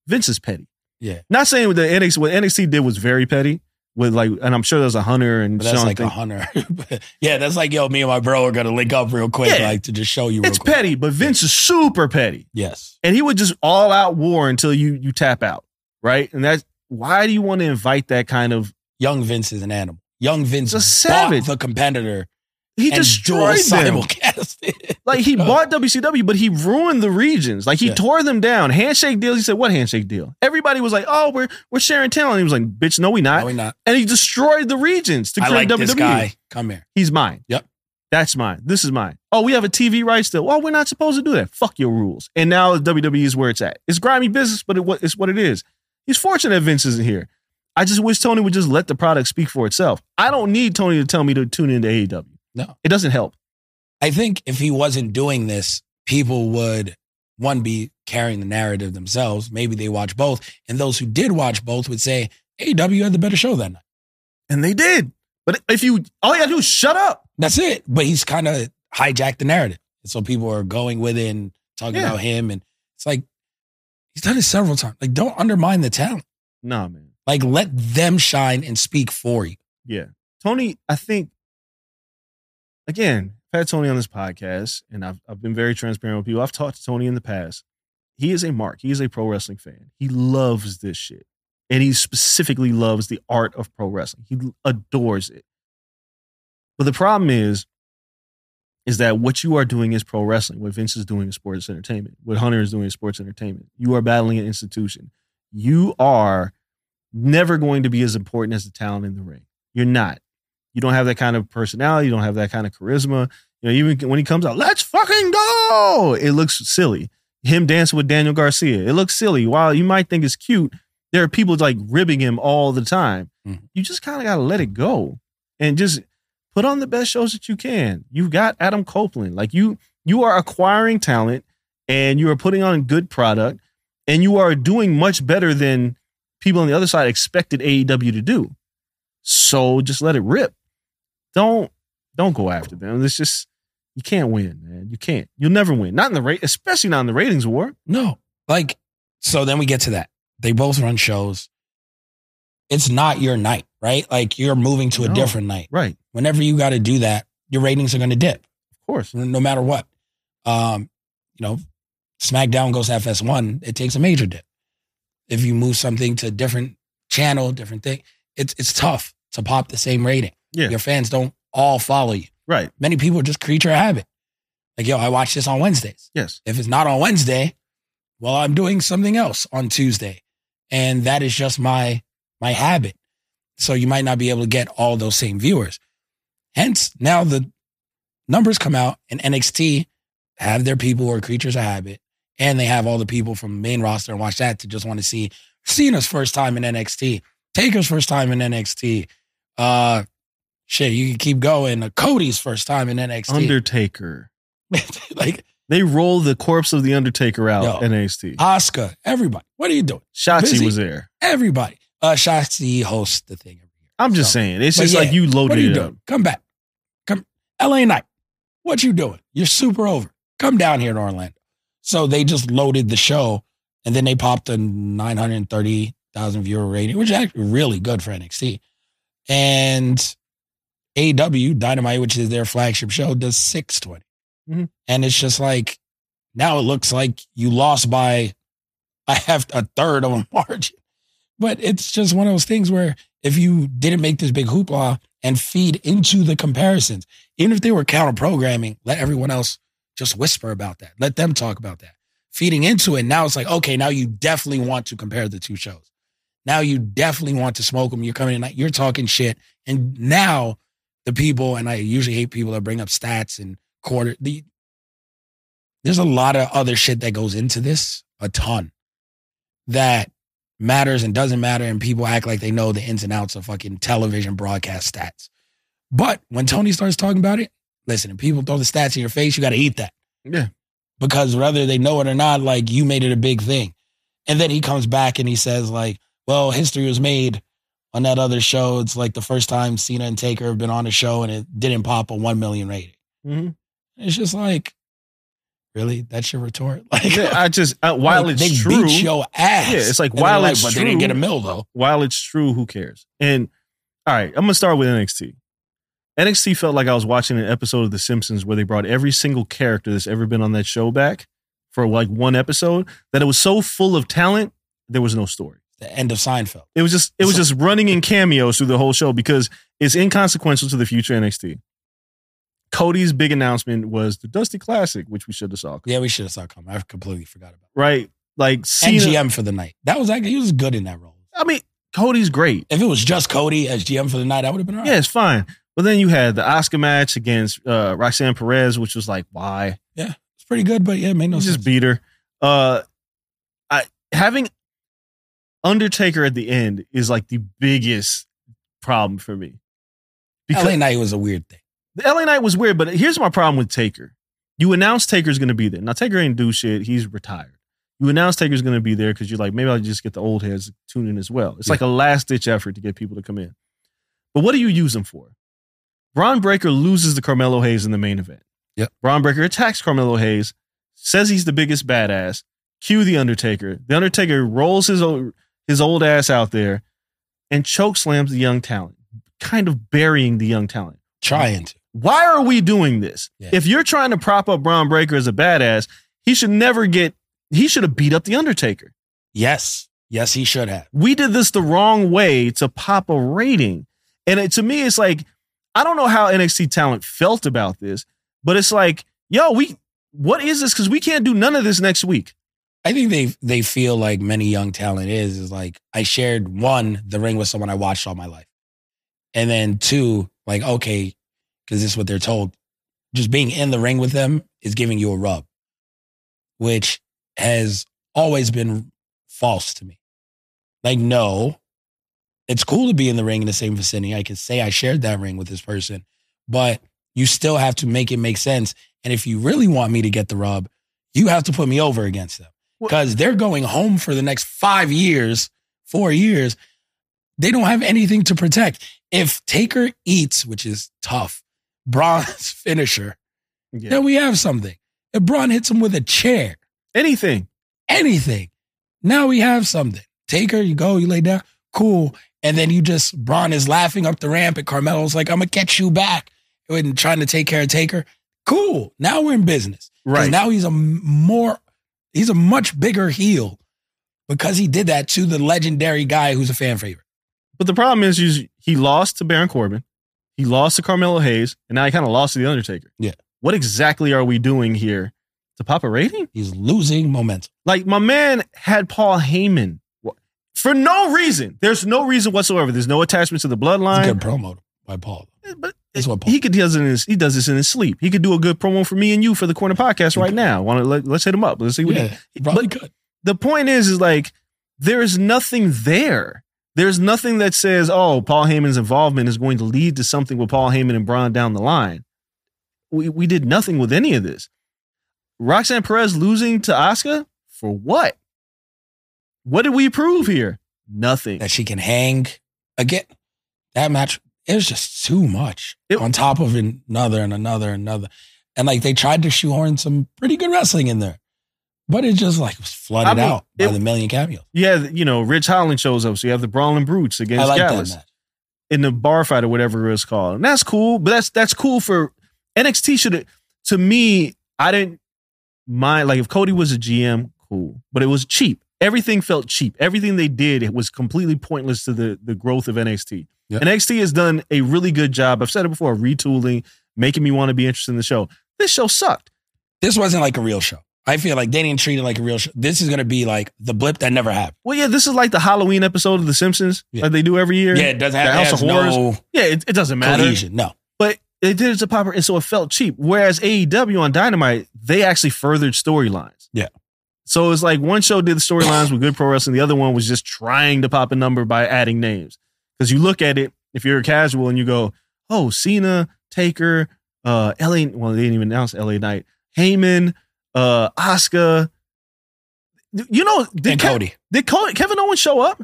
Vince is petty.
Yeah.
Not saying what the NXT what NXT did was very petty. With like, and I'm sure there's a hunter and
but that's
Sean
like
thing.
a hunter. yeah, that's like yo, me and my bro are gonna link up real quick,
Yeah.
like to just show you. Real
It's
quick.
petty, but Vince is super petty.
Yes.
and he would just all out war until you you tap out, right? And that's why do you want to invite that kind of?
Young Vince is an animal. Young Vince
It's a
bought
savage.
the competitor.
He
and
destroyed
dual
them.
simulcast it.
Like he bought WCW, but he ruined the regions. Like he
Oh. Yeah.
tore them down. Handshake deals. He said, "What handshake deal?" Everybody was like, "Oh, we're we're sharing talent." He was like, "Bitch, no, we not."
No, we not.
and he destroyed the regions to
Oh, I
create E.
like
WWE.
this guy. Come here.
He's mine.
Yep.
That's mine. This is mine. Oh, we have a TV rights deal. Well, we're not supposed to do that. Fuck your rules. And now WWE is where it's at. It's grimy business, but it, wa- it's what it is. He's fortunate Vince isn't here. I just wish Tony would just let the product speak for itself. I don't need Tony to tell me to tune into AEW.
No.
It doesn't help.
I think if he wasn't doing this, people would one be carrying the narrative themselves. Maybe they watch both, and those who did watch both would say, "AW had the better show that night."
And they did. But if you, all you gotta do is shut up.
That's it. But he's kind of hijacked the narrative, and so people are going with it and talking
Yeah.
about him, and it's like he's done it several times. Like, don't undermine the talent.
Nah, man.
Like, let them shine and speak for you.
Yeah. Tony, I think, again, I've had Tony on this podcast, and I've, I've been very transparent with people. I've talked to Tony in the past. He is a mark. He is a pro wrestling fan. He loves this shit. And he specifically loves the art of pro wrestling. He adores it. But the problem is, is that what you are doing is pro wrestling. What Vince is doing is sports entertainment. What Hunter is doing is sports entertainment. You are battling an institution. You are never going to be as important as the talent in the ring. You're not. You don't have that kind of personality. You don't have that kind of charisma. You know, even when he comes out, let's fucking go. It looks silly. Him dancing with Daniel Garcia. It looks silly. While you might think it's cute, there are people like ribbing him all the time.
Mhm.
You just kind of got to let it go and just put on the best shows that you can. You've got Adam Copeland. Like you, you are acquiring talent and you are putting on good product and you are doing much better than people on the other side expected AEW to do. So just let it rip. Don't don't go after them. It's just you can't win, man. You can't. You'll never win. Not in the rate, especially not in the ratings war.
No. Like, so then we get to that. They both run shows. It's not your night, right? Like you're moving to a
No.
different night.
Right.
Whenever you got to do that, your ratings are going to dip
Of course.
no matter what. Um, you know, SmackDown goes to FS1, it takes a major dip. If you move something to a different channel, different thing, it's it's tough to pop the same rating.
Yeah.
Your fans don't all follow you.
Right.
Many people are just creature of habit. Like, yo, I watch this on Wednesdays.
Yes.
If it's not on Wednesday, well, I'm doing something else on Tuesday. And that is just my my habit. So you might not be able to get all those same viewers. Hence, now the numbers come out and NXT have their people who are creatures of habit. And they have all the people from the main roster and watch that to just want to see Cena's first time in NXT, Taker's first time in NXT. Uh shit, you can keep going. Cody's first time in NXT.
Undertaker.
like
They roll the corpse of the Undertaker
Yo.
out in NXT.
Oscar, everybody. What are you doing?
Shotzi
busy.
was there.
Everybody. Uh Shotzi hosts the thing every year.
I'm just
So,
saying. It's
But
just
yeah,
like you
What are
loaded
you
it up.
doing? Come back. Come LA Knight. What you doing? You're super over. Come down here to Orlando. So they just loaded the show and then they popped a 930,000 viewer rating, which is actually really good for NXT. And AW Dynamite, which is their flagship show, does 620.
Mhm.
And it's just like, now it looks like you lost by a half, a third of a margin. But it's just one of those things where if you didn't make this big hoopla and feed into the comparisons, even if they were counter programming, let everyone else just whisper about that. Let them talk about that. Feeding into it, now it's like, okay, now you definitely want to compare the two shows. Now you definitely want to smoke them. You're coming in, you're talking shit. And now the people, and I usually hate people that bring up stats and quarter. The, there's a lot of other shit that goes into this, a ton, that matters and doesn't matter. And people act like they know the ins and outs of fucking television broadcast stats. But when Tony starts talking about it, listen, if people throw the stats in your face, you got to eat that
Yeah.
because whether they know it or not, like you made it a big thing. And then he comes back and he says, like, well, history was made on that other show. It's like the first time Cena and Taker have been on a show and it didn't pop a 1 million rating.
Mhm.
Mm-hmm. It's just like, really? That's your retort? Like,
Yeah, I just I, while
like,
it's
they
true,
beat your ass.
Yeah, it's like,
And they're
while it's
but they didn't
true-
get a mill though.
while it's true, who cares? And all right, I'm gonna start with NXT. NXT felt like I was watching an episode of The Simpsons where they brought every single character that's ever been on that show back for like one episode. That it was so full of talent, there was no story.
The end of Seinfeld.
It was just it was just running in cameos through the whole show because it's inconsequential to the future NXT. Cody's big announcement was the Dusty Classic, which we should have saw.
Yeah, we should have saw it come. I completely forgot about
Right? Like
it.
Cena.
NGM for the night. That was actually, he was good in that role.
I mean, Cody's great.
If it was just Cody as GM for the night, I would have been all right.
Yeah, it's fine. But then you had the Oscar match against uh, Roxanne Perez, which was like, why?
It's pretty good, but yeah, it made no
You
sense.
just beat her. Uh, I having Undertaker at the end is like the biggest problem for me. Because
LA Knight was a weird thing.
the LA night was weird, but here's my problem with Taker. You announce Taker's going to be there. Now Taker ain't do shit. He's retired. You announce Taker's going to be there because you're like, maybe I'll just get the old heads to tune in as well. It's like a last ditch effort to get people to come in. But what do you use him for? Braun Breaker loses to Carmelo Hayes in the main event.
Yep.
Braun Breaker attacks Carmelo Hayes, says he's the biggest badass. Cue the Undertaker. The Undertaker rolls his old, his old ass out there and choke slams the young talent, kind of burying the young talent
Trying to.
why are we doing this?
Yeah.
If you're trying to prop up Braun Breaker as a badass, he should never get. He should have beat up the Undertaker.
Yes. Yes, he should have.
We did this the wrong way to pop a rating, and it, to me, it's like I don't know how NXT talent felt about this, but it's like, yo, we what is this? Because we can't do none of this next week.
I think they they feel like many young talent is is like I shared one the ring with someone I watched all my life, and then two like okay, because this is what they're told. Just being in the ring with them is giving you a rub, which has always been false to me. Like no, it's cool to be in the ring in the same vicinity. I can say I shared that ring with this person, but you still have to make it make sense. And if you really want me to get the rub, you have to put me over against them
Well-
because they're going home for the next five years, four years. They don't have anything to protect. If Taker eats, which is tough, Braun's finisher, then we have something. If Braun hits him with a chair,
Anything.
anything. Now we have something. Taker, you go, you lay down, cool. And then you just Braun is laughing up the ramp, and Carmelo's like, "I'm gonna catch you back," and trying to take care of Taker. Cool. Now we're in business. 'Cause
Right.
now he's a m- more, he's a much bigger heel because he did that to the legendary guy who's a fan favorite.
But the problem is, is he lost to Baron Corbin, he lost to Carmelo Hayes, and now he kind of lost to the Undertaker.
Yeah.
What exactly are we doing here to pop a rating?
He's losing momentum.
Like my man had Paul Heyman for no reason. There's no reason whatsoever. There's no attachment to the
It's a
bloodline.
good promo by Paul.
But
That's what Paul-
he could does it in his, he does this in his sleep. He could do a good promo for me and you for the corner podcast right now. Want to let, us hit him up. Let's see what he-
Mm-hmm. Yeah, he probably could.
the point is is like there is nothing there. There's nothing that says, "Oh, Paul Heyman's involvement is going to lead to something with Paul Heyman and Braun down the line." We we did nothing with any of this. Roxanne Perez losing to Asuka for what? What did we prove here? Nothing.
that she can hang again. That match it was just too much
It-
on top of another and another and another. And like they tried to shoehorn some pretty good wrestling in there, but it just like was flooded
I mean,
out by
it-
the million cameos.
Yeah, you know, Rich Holland shows up, so you have the Brawling Brutes
I
against
like that
Gallus
match.
in the bar fight or whatever it was called, and that's cool. But that's that's cool for NXT. Should to me, I didn't mind. Like if Cody was a GM, cool, but it was cheap. Everything felt cheap. Everything they did it was completely pointless to the the growth of NXT.
Yeah.
NXT has done a really good job. I've said it before, retooling, making me want to be interested in the show. This show sucked.
This wasn't like a real show. I feel like they didn't treat it like a real show. This is gonna be like the blip that never happened.
Well, yeah, this is like the Halloween episode of The Simpsons
Yeah.
that they do every year.
Yeah, it doesn't have,
The
it
House
has
of Horrors.
no
Yeah, it, it doesn't matter.
cohesion. No.
But they did it to proper, and so it felt cheap. Whereas AEW on Dynamite, they actually furthered storylines.
Yeah.
So it's like one show did the storylines with good pro wrestling, the other one was just trying to pop a number by adding names. Because you look at it, if you're casual and you go, oh, Cena, Taker, uh, LA, well, they didn't even announce LA Knight, Heyman, uh, Asuka. You know, did,
and
Ke-
Cody.
did Cody, Kevin Owens show up?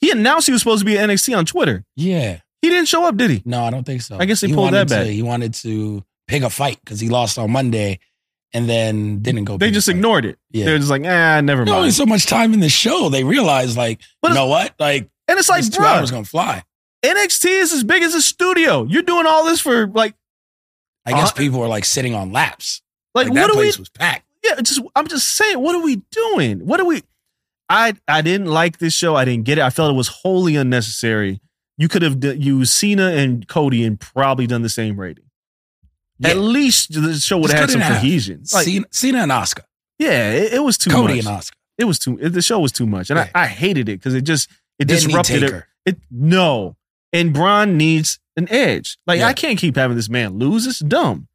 He announced he was supposed to be at NXT on Twitter.
Yeah.
He didn't show up, did he?
No, I don't think so.
I guess they
he
pulled
wanted
that back.
To, he wanted to pick a fight because he lost on Monday and then didn't go.
They
pick a
just
fight.
ignored it.
Yeah.
They're just like, ah, never
There's only
mind.
so much time in the show. They realize, like,
But
you
it's-
know what? Like,
and it's like,
these two
bruh,
hours gonna fly.
NXT is as big as a studio. You're doing all this for like,
I guess
Uh,
people were like sitting on laps.
like,
that
what are we?
place was packed.
Yeah, it's just I'm just saying, what are we doing? What are we? I I didn't like this show. I didn't get it. I felt it was wholly unnecessary. You could have d- used Cena and Cody and probably done the same rating.
Yeah.
At least the show would have had
Just cut it
some
in half.
cohesion. Like,
Cena, Cena and Oscar,
yeah, it, it was too
Cody
much.
and Oscar.
it was too it, the show was too much and
Yeah.
I, I hated it because it just it
Didn't need
disrupted it.
Taker.
it no and Braun needs an edge like
Yeah.
I can't keep having this man lose it's dumb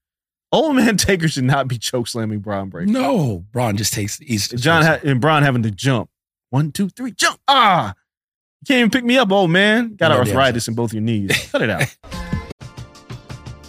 old man Taker should not be choke slamming Braun Breaker
No, Braun just takes the East.
John ha- and Braun having to jump one two three jump ah you can't even pick me up old man got
No damn
arthritis
sense.
in both your knees cut it out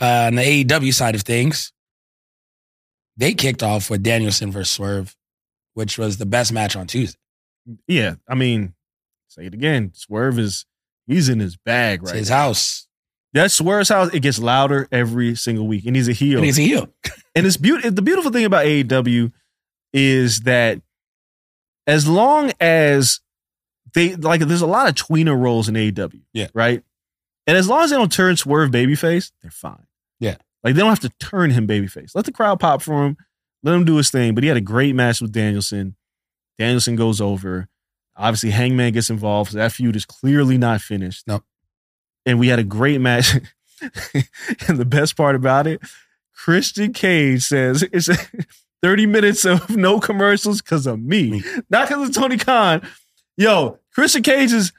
Uh, on the AEW side of things, they kicked off with Danielson versus Swerve, which was the best match on Tuesday.
yeah I mean say it again Swerve is he's in his bag
It's
right
his house.
that Swerve's house it gets louder every single week and he's a heel
And he's a heel.
And it's beautiful. The beautiful thing about AEW is that as long as they like, there's a lot of tweener roles in AEW.
Yeah.
Right. And as long as they don't turn Swerve babyface, they're fine.
Yeah.
Like they don't have to turn him babyface. Let the crowd pop for him. Let him do his thing. But he had a great match with Danielson. Danielson goes over. Obviously, Hangman gets involved. So that feud is clearly not finished.
Nope.
And we had a great match. and the best part about it Christian Cage says it's 30 minutes of no commercials because of me, not because of Tony Khan. Yo, Christian Cage is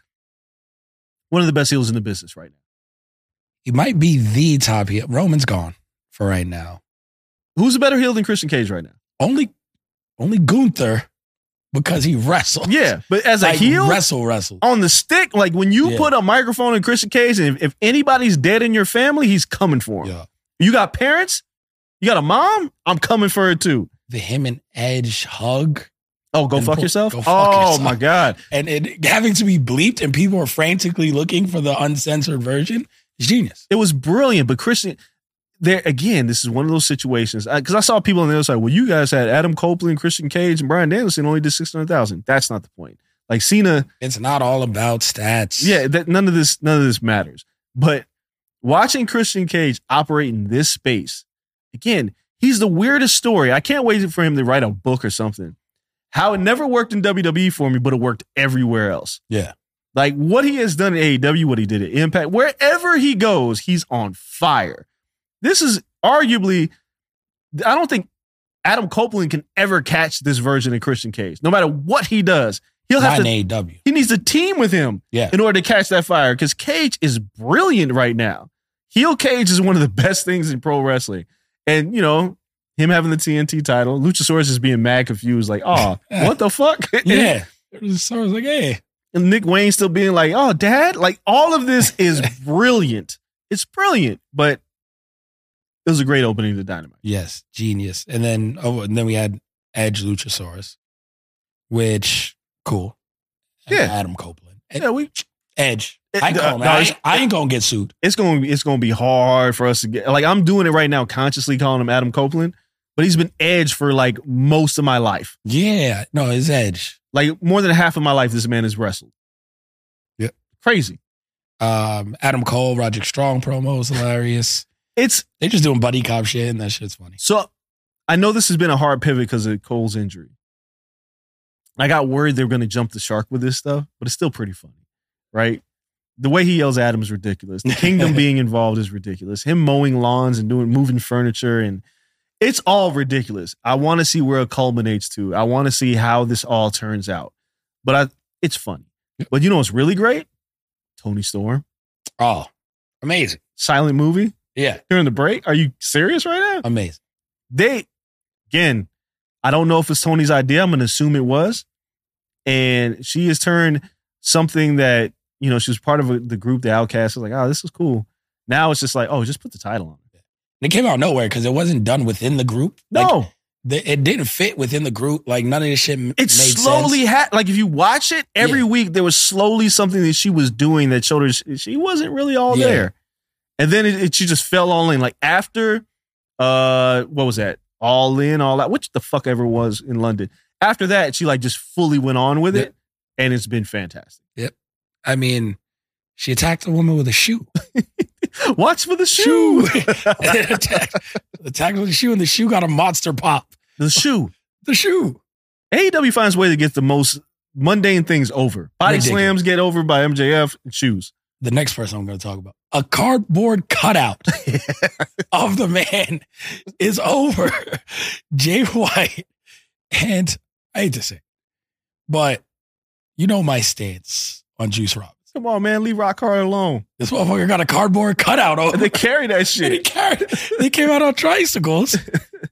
one of the best heels in the business right now.
He might be the top heel. Roman's gone for right now.
Who's a better heel than Christian Cage right now?
only only Gunther because he wrestled.
Yeah, but as a
Like,
heel Oh.
wrestle wrestled.
on the stick, like when you
Yeah.
put a microphone in Christian Cage, and if, if anybody's dead in your family, he's coming for him.
Yeah.
You got parents, you got a mom, I'm coming for her too.
The him and Edge hug
Oh, go
And
fuck
pull-
yourself.
go fuck
oh
yourself.
my god.
and it having to be bleeped and people are frantically looking for the uncensored version is genius.
It was brilliant, but Christian, there again, this is one of those situations because I, saw people on the other side. Well, you guys had Adam Copeland, Christian Cage, and Brian Danielson only did six hundred thousand. That's not the point. Like Cena,
It's not all about stats.
yeah, that none of this, none of this matters. But watching Christian Cage operate in this space again, he's the weirdest story. I can't wait for him to write a book or something. How it never worked in WWE for me, but it worked everywhere else.
Yeah.
Like what he has done in AEW, what he did at Impact, wherever he goes, he's on fire. This is arguably, I don't think Adam Copeland can ever catch this version of Christian Cage. No matter what he does, he'll have
Not E
to.
an AW.
He needs a team with him
Yeah.
in order to catch that fire because Cage is brilliant right now. Heel Cage is one of the best things in pro wrestling. And, you know, him having the TNT title, Luchasaurus is being mad confused, like, oh, what the fuck?
Yeah. So I was like, hey,
and Nick Wayne still being like, "Oh, Dad!" Like all of this is brilliant. It's brilliant, but it was a great opening to Dynamite.
Yes, genius. And then oh, and then we had Edge Luchasaurus, which cool. And
Yeah.
Adam Copeland. And
Yeah, we.
Edge.
It-
I ain't,
uh,
calling
no,
that. I,
it's-
ain't- I ain't gonna get sued.
It's gonna be, it's gonna be hard for us to get. Like I'm doing it right now, consciously calling him Adam Copeland, but he's been Edge for like most of my life.
Yeah. No, it's Edge.
Like more than half of my life, this man has wrestled.
Yeah.
crazy.
Um, Adam Cole, Roger Strong promo is hilarious.
It's
They're just doing buddy cop shit and that shit's funny.
So I know this has been a hard pivot because of Cole's injury. I got worried they were going to jump the shark with this stuff, but it's still pretty funny, right? The way he yells at him is ridiculous. The kingdom being involved is ridiculous. Him mowing lawns and doing moving furniture and it's all ridiculous. I want to see where it culminates to. I want to see how this all turns out. But I, it's funny. But you know what's really great? Tony Storm,
Oh, amazing.
silent movie
Yeah,
during the break. Are you serious right now?
amazing.
they again i don't know if it's tony's idea i'm gonna assume it was and she has turned something that you know she was part of a, the group the outcast was like oh this is cool now it's just like oh just put the title on
And it came out of nowhere because it wasn't done within the group.
no
Like, the- it didn't fit within the group. Like none of this shit m-
it's
made
slowly
sense.
ha- like if you watch it every
Yeah.
week there was slowly something that she was doing that showed her she- she wasn't really all
Yeah.
there and then it, it- she just fell all in like after uh what was that all in all out which the fuck ever was in london after that she like just fully went on with
Yeah.
it and it's been fantastic
I mean, she attacked a woman with a shoe.
watch for the shoe
attacked, attacked with the shoe, and the shoe got a monster pop.
the shoe
The shoe.
AEW finds a way to get the most mundane things over body
Ridiculous.
slams get over by mjf and shoes
The next person I'm going to talk about, a cardboard cutout of the man is over. Jay White, and I hate to say, it, but you know my stance on Juice Rob.
come on man leave rock hard alone
This motherfucker got a cardboard cutout over.
and they carry that
And he
shit
carried, they came out on tricycles,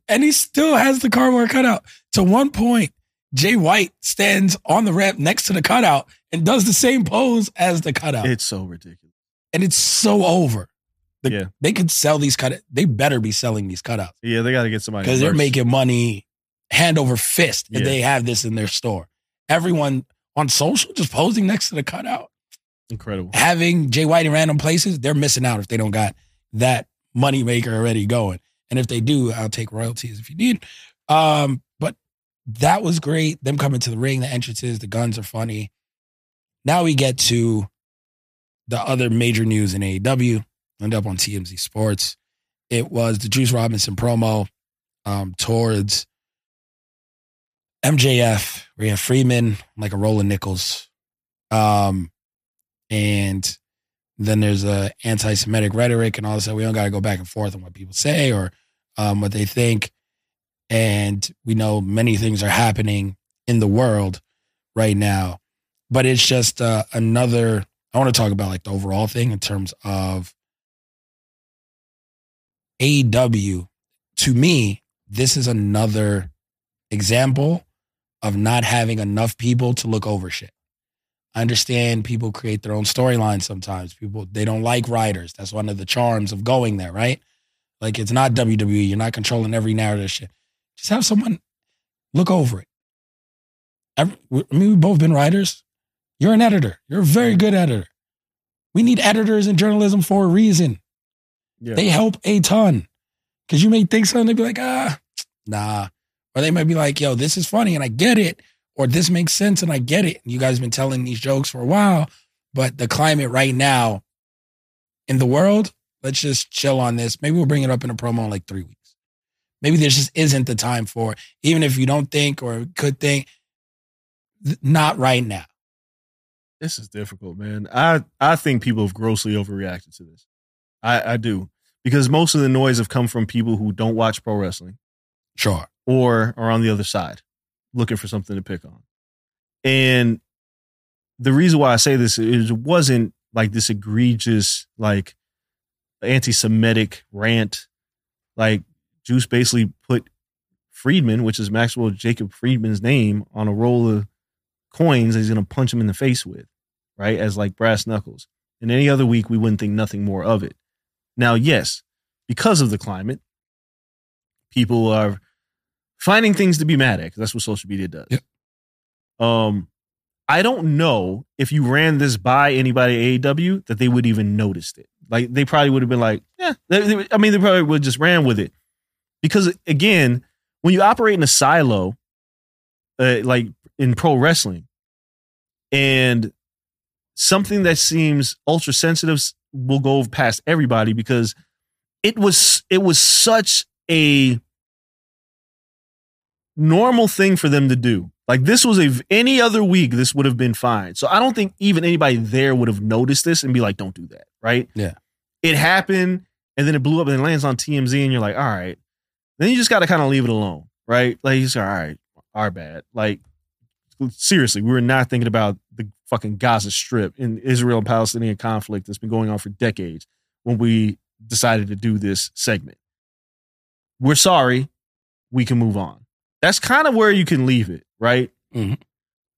and he still has the cardboard cutout. To one point, Jay White stands on the ramp next to the cutout and does the same pose as the cutout,
It's so ridiculous.
and it's so over. The-
Yeah.
They could sell these cut. They better be selling these cutouts
Yeah, they got to get somebody
because they're
first.
making money hand over fist if
Yeah.
they have this in their store. Everyone on social just posing next to the cutout,
incredible.
having Jay White in random places. They're missing out if they don't got that money maker already going. And if they do, I'll take royalties if you need. Um, but that was great. Them coming to the ring, the entrances, the guns are funny. Now we get to the other major news in AEW. End up on TMZ Sports. It was the Juice Robinson promo um, towards MJF, Rhea Freeman, like a Roland Nichols. Um, and then there's a anti-Semitic rhetoric and all this. We don't got to go back and forth on what people say or um, what they think. And we know many things are happening in the world right now, but it's just uh, another. I want to talk about like the overall thing in terms of AEW. To me, this is another example of not having enough people to look over shit. I understand people create their own storylines sometimes. People they don't like writers. That's one of the charms of going there, right? Like it's not WWE. You're not controlling every narrative shit. Just have someone look over it. Every, I mean, we've both been writers. You're an editor. You're a very good editor. We need editors in journalism for a reason.
Yeah.
They help a ton. Cause you may think something, they'd be like, ah, nah. Or they might be like, yo, this is funny and I get it. Or this makes sense and I get it. And you guys have been telling these jokes for a while, but the climate right now in the world, let's just chill on this. Maybe we'll bring it up in a promo in like three weeks. Maybe there just isn't the time for it. Even if you don't think or could think, th- not right now.
This is difficult, man. I I think people have grossly overreacted to this. I I do because most of the noise have come from people who don't watch pro wrestling
Sure.
or are on the other side looking for something to pick on. And the reason why I say this is it wasn't like this egregious like anti-Semitic rant. Like Juice basically put Friedman, which is Maxwell Jacob Friedman's name, on a roll of coins that he's gonna punch him in the face with, right? As like brass knuckles. And any other week we wouldn't think nothing more of it. Now, yes, because of the climate, people are finding things to be mad at 'cause that's what social media does.
Yep.
Um I don't know if you ran this by anybody at AEW that they would even noticed it. Like they probably would have been like, yeah. They- they- I mean, they probably would have just ran with it because again, when you operate in a silo, uh, like in pro wrestling, and something that seems ultra sensitive s- will go past everybody because it was it was such a normal thing for them to do. Like this was a any other week, this would have been fine. So I don't think even anybody there would have noticed this and be like, "Don't do that," right?
Yeah.
It happened, and then it blew up, and it lands on TMZ, and you're like, "All right." Then you just got to kind of leave it alone, right? Like you say, "All right, our bad." Like seriously, we were not thinking about the fucking Gaza Strip and Israel and Palestinian conflict that's been going on for decades when we decided to do this segment. We're sorry. We can move on that's kind of where you can leave it, right?
Mhm.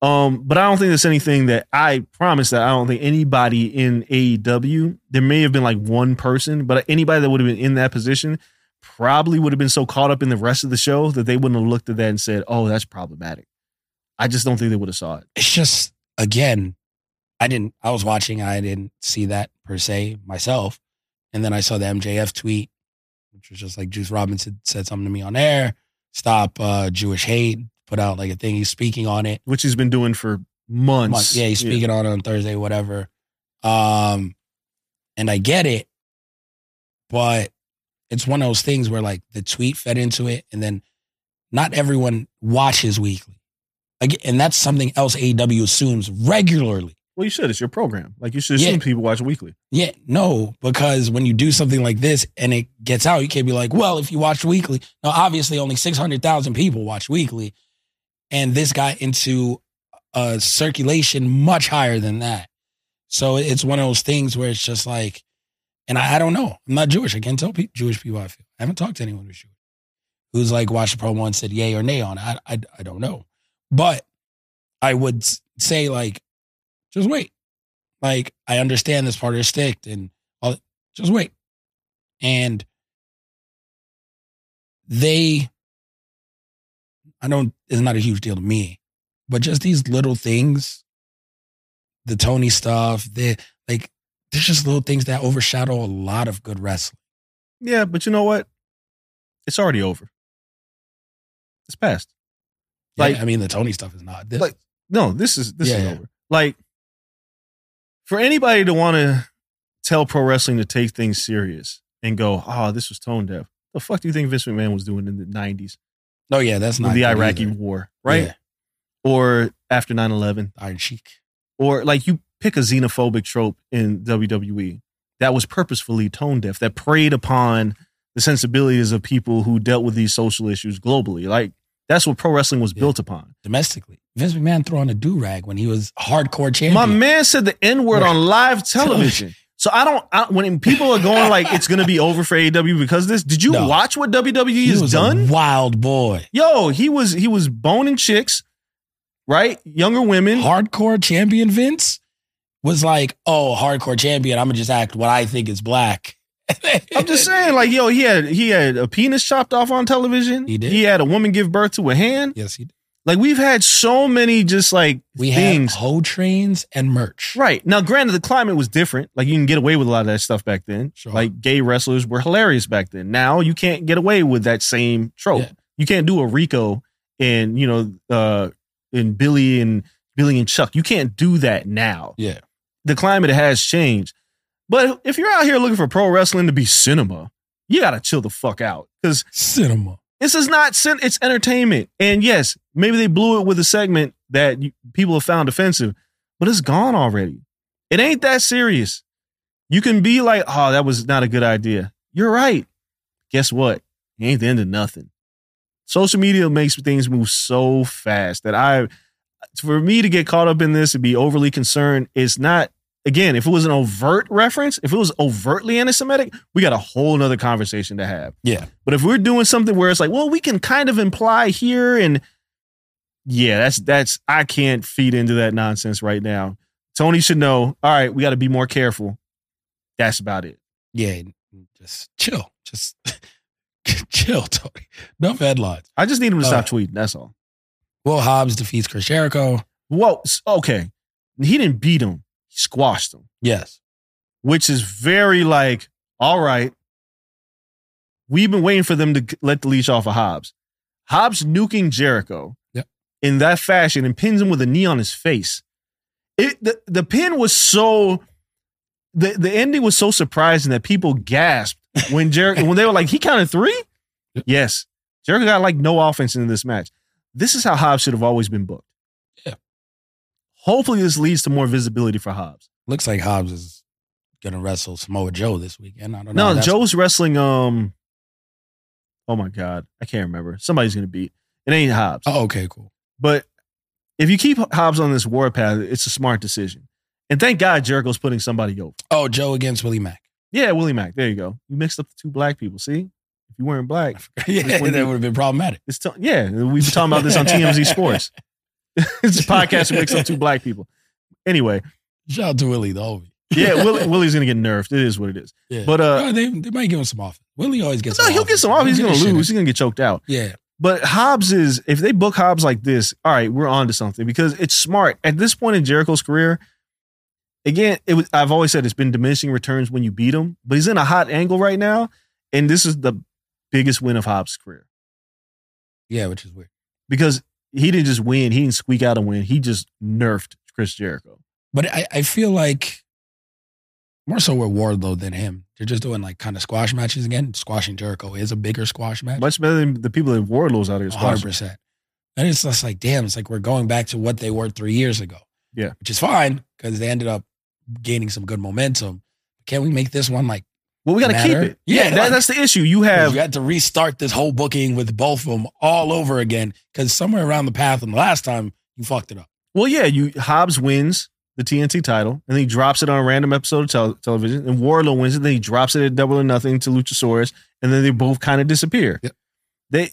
Um, but I don't think there's anything that I promise that I don't think anybody in AEW. There may have been like one person, but anybody that would have been in that position probably would have been so caught up in the rest of the show that they wouldn't have looked at that and said, "Oh, that's problematic." I just don't think they would have saw it.
it's just again, I didn't. I was watching. I didn't see that per se myself, and then I saw the MJF tweet, which was just like Juice Robinson said something to me on air. Stop uh, Jewish hate. Put out like a thing. He's speaking on it.
Which he's been doing for months.
Month- Yeah, he's speaking on it on Thursday, whatever. Um, and I get it, but it's one of those things where like the tweet fed into it, and then not everyone watches weekly. Again, and that's something else AEW assumes regularly.
Well, you should. It's your program. Like you should assume
Yeah.
people watch weekly.
Yeah, no, because when you do something like this and it gets out, you can't be like, well, if you watch weekly. Now, obviously, only 600,000 people watch weekly. And this got into a circulation much higher than that. So it's one of those things where it's just like, and I, I don't know. I'm not Jewish. I can't tell pe- Jewish people how I feel. I haven't talked to anyone who's Jewish who's like watched the promo and said yay or nay on it. I, I, I don't know. But I would s- say, like, just wait like I understand this part of the stick and all just wait. And they I don't it's not a huge deal to me, but just these little things, the Tony stuff, the like there's just little things that overshadow a lot of good wrestling.
Yeah, but you know what? It's already over. It's past.
Yeah,
Like-
I mean the Tony stuff is not this
Like- no, this is this
Yeah,
is
yeah.
over. Like for anybody to want to tell pro wrestling to take things serious and go, oh, this was tone deaf. The fuck do you think Vince McMahon was doing in the '90s
No, Oh, yeah, that's
with
not
the
good
Iraqi
either.
War, right?
Yeah,
Or after 9/11,
Iron Sheik.
or like you pick a xenophobic trope in WWE that was purposefully tone deaf, that preyed upon the sensibilities of people who dealt with these social issues globally. Like that's what pro wrestling was
Yeah.
built upon.
Domestically. Vince McMahon threw on a do rag when he was hardcore champion.
My man said the N word on live television. So I don't. I, when people are going like it's going to be over for AEW because of this, did you
No.
watch what WWE
he
has
was
done?
a wild boy.
Yo, he was he was boning chicks, right? Younger women.
hardcore champion Vince was like, oh, hardcore champion, I'm gonna just act what I think is black.
I'm just saying, like yo, he had he had a penis chopped off on television.
He did.
He had a woman give birth to a hand.
Yes, he did.
Like we've had so many just like
We
things.
have hoe trains and merch.
Right. Now, granted, the climate was different. Like, you can get away with a lot of that stuff back then.
Sure.
Like, gay wrestlers were hilarious back then. Now, you can't get away with that same trope.
Yeah.
You can't do a Rico and, you know, uh, and Billy and Billy and Chuck. You can't do that now.
Yeah.
The climate has changed. But if you're out here looking for pro wrestling to be cinema, you got to chill the fuck out because
Cinema.
this is not sin it's entertainment and yes maybe they blew it with a segment that you, people have found offensive but it's gone already it ain't that serious you can be like oh that was not a good idea you're right guess what it ain't the end of nothing social media makes things move so fast that i for me to get caught up in this and be overly concerned it's not again if it was an overt reference if it was overtly anti-semitic we got a whole nother conversation to have
Yeah.
but if we're doing something where it's like, well, we can kind of imply here and yeah, that's that's I can't feed into that nonsense right now. Tony should know, all right, we got to be more careful. That's about it.
Yeah. Just chill. Just chill, Tony. Enough headlines.
I just need him to stop
Uh.
tweeting, that's all.
Will Hobbs defeats Chris Jericho.
Whoa, s- okay. He didn't beat him. He squashed him,
Yes.
which is very like, all right. We've been waiting for them to g- let the leash off of Hobbs. Hobbs nuking Jericho
Yep.
in that fashion and pins him with a knee on his face. it the, the pin was so the the ending was so surprising that people gasped when Jericho when they were like he counted three.
Yep.
Yes, Jericho got like no offense in this match. This is how Hobbs should have always been booked.
Yeah.
Hopefully, this leads to more visibility for Hobbs.
Looks like Hobbs is gonna wrestle Samoa Joe this weekend. I don't know.
No,
That's-
Joe's wrestling. Um. Oh my God, I can't remember. Somebody's gonna beat. It ain't Hobbs.
Oh, okay, cool.
But if you keep Hobbs on this warpath, it's a smart decision. And thank God Jericho's putting somebody over.
Oh, Joe against Willie Mack.
Yeah, Willie Mack. There you go. You mixed up the two black people. See, if you weren't black,
yeah, that would have been problematic.
it's t- yeah. We've been talking about this on TMZ Sports. it's a podcast that mixed up two black people. Anyway,
Shout out to Willie, the Ovi.
yeah, Willie, Willie's gonna get nerfed. It is what it is.
Yeah.
But, uh,
No, they, they might give him some offense. Willie always gets.
no,
some
he'll get
offense.
some off. He's
He'll
gonna
get his
lose. He's
shit
gonna get choked out.
in. Yeah,
But Hobbs is if they book Hobbs like this, all right, we're on to something because it's smart at this point in Jericho's career. Again, it was I've always said it's been diminishing returns when you beat him, but he's in a hot angle right now, and this is the biggest win of Hobbs' career.
yeah, which is weird.
because he didn't just win. He didn't squeak out a win. He just nerfed Chris Jericho.
But I, I feel like more so with Wardlow than him. They're just doing like kind of squash matches again. Squashing Jericho is a bigger squash match.
Much better than the people that Wardlow's out here
hundred
squashing.
percent. And it's just like, damn, it's like we're going back to what they were three years ago.
Yeah.
Which is fine because they ended up gaining some good momentum. Can we make this one like
Well, we got to keep
Matter.
it. Yeah,
Yeah,
that,
like-
that's the issue. You have
you had to restart this whole booking with both of them all over again? Because somewhere around the path and the last time you fucked it up.
well, yeah. You Hobbs wins the TNT title, and then he drops it on a random episode of tel- television. And Wardlow wins it, then he drops it at Double or Nothing to Luchasaurus, and then they both kind of disappear.
Yep.
They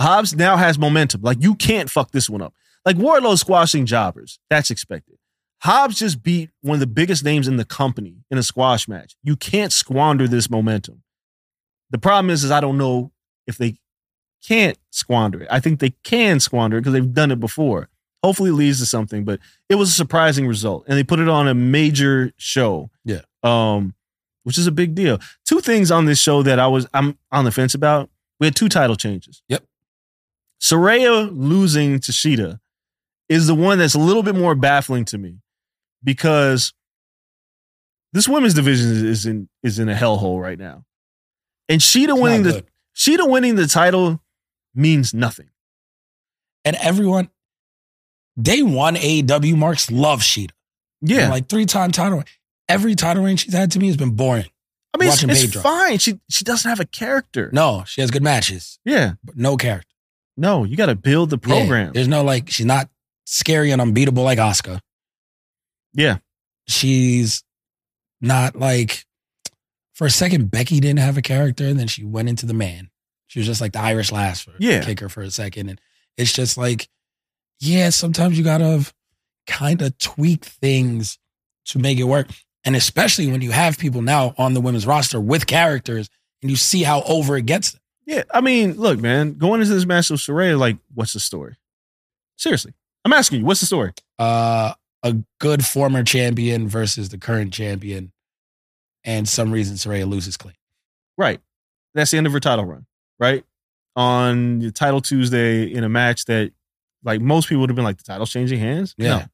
Hobbs now has momentum. Like you can't fuck this one up. Like Wardlow squashing jobbers. That's expected. Hobbs just beat one of the biggest names in the company in a squash match. You can't squander this momentum. The problem is, is I don't know if they can't squander it. I think they can squander it because they've done it before. Hopefully it leads to something, but it was a surprising result. And they put it on a major show.
Yeah.
Um, which is a big deal. Two things on this show that I was I'm on the fence about. We had two title changes.
Yep.
Soraya losing to Shida is the one that's a little bit more baffling to me because this women's division is- is in is in a hellhole right now. And Sheeta
It's
winning
not
the
good.
Sheeta winning the title means nothing.
and everyone day one AEW E marks love Sheeta.
Yeah,
Like three time title. Every title reign she's had to me has been boring.
I mean, it's,
watching
it's
Paige drop.
fine. She she doesn't have a character.
No, she has good matches,
Yeah,
but no character.
no, you got to build the
Yeah.
program.
There's no like she's not scary and unbeatable like Asuka.
Yeah.
She's not like for a second Becky didn't have a character and then she went into the man. She was just like the Irish lass for
Yeah.
kicker for a second. And it's just like, yeah, sometimes you gotta kind of tweak things to make it work. And especially when you have people now on the women's roster with characters and you see how over it gets them.
yeah. I mean, look, man, going into this match with Soraya, like, what's the story? Seriously, I'm asking you. What's the story?
uh, a good former champion versus the current champion, and some reason Soraya loses clean.
Right. That's the end of her title run, right? On the title Tuesday in a match that, like, most people would have been like, the title's changing hands? No.
Yeah.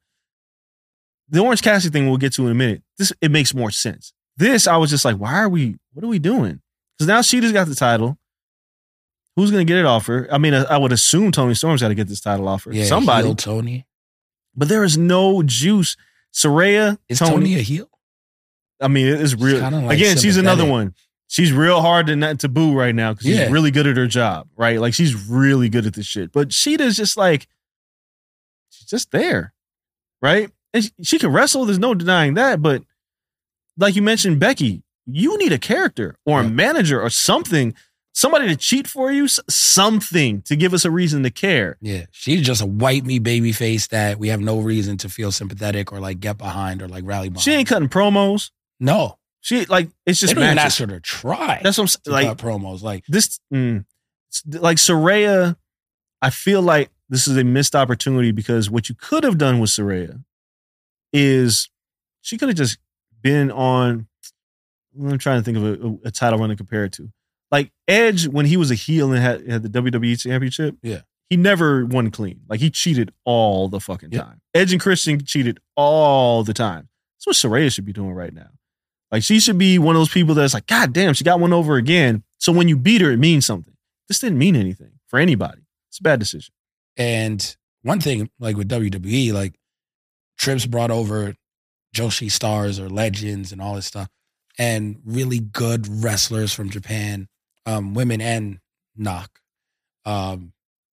The Orange Cassidy thing we'll get to in a minute. This, it makes more sense. This, I was just like, why are we, what are we doing? Because now Sheeta's got the title. Who's going to get it off her? I mean, I I would assume Tony Storm's got to get this title off her.
Yeah,
Somebody.
heel Tony
But there is no juice. Soraya,
is Tony,
Tony,
a heel?
I mean, it is real.
kinda, like,
Again, she's another
sympathetic.
one. She's real hard to not to boo right now because
Yeah.
she's really good at her job, right? Like she's really good at this shit. But Sheeta's just like, she's just there, right? And she, she can wrestle. There's no denying that. But like you mentioned, Becky, you need a character or a
Yeah.
manager or something, somebody to cheat for you, s- something to give us a reason to care.
Yeah, she's just a white me baby face that we have no reason to feel sympathetic or like get behind or like rally behind.
She ain't cutting promos.
no,
She like it's
they
just
don't even
matches.
ask her to try.
That's what I'm s-
to
like.
cut promos. Like
this mm, s- like Soraya, I feel like this is a missed opportunity because what you could have done with Soraya is she could have just been on. I'm trying to think of a, a- a title run to compare it to. Like Edge, when he was a heel and had, had the WWE Championship,
Yeah.
he never won clean. Like he cheated all the fucking
Yeah.
time. Edge and Christian cheated all the time. That's what Soraya should be doing right now. Like she should be one of those people that's like, God damn, she got one over again. So when you beat her, it means something. This didn't mean anything for anybody. It's a bad decision.
And one thing, like with WWE, like Trips brought over Joshi stars or legends and all this stuff, and really good wrestlers from Japan, um, women and knock. Um,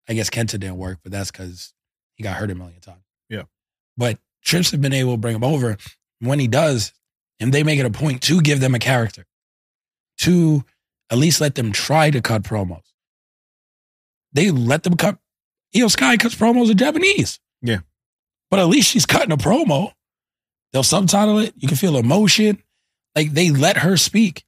I guess Kenta didn't work, but that's because he got hurt a million times.
Yeah.
But Trips have been able to bring him over. When he does, and they make it a point to give them a character, to at least let them try to cut promos. They let them cut Io Sky cuts promos in Japanese.
Yeah.
But at least she's cutting a promo. They'll subtitle it. You can feel emotion. Like they let her speak.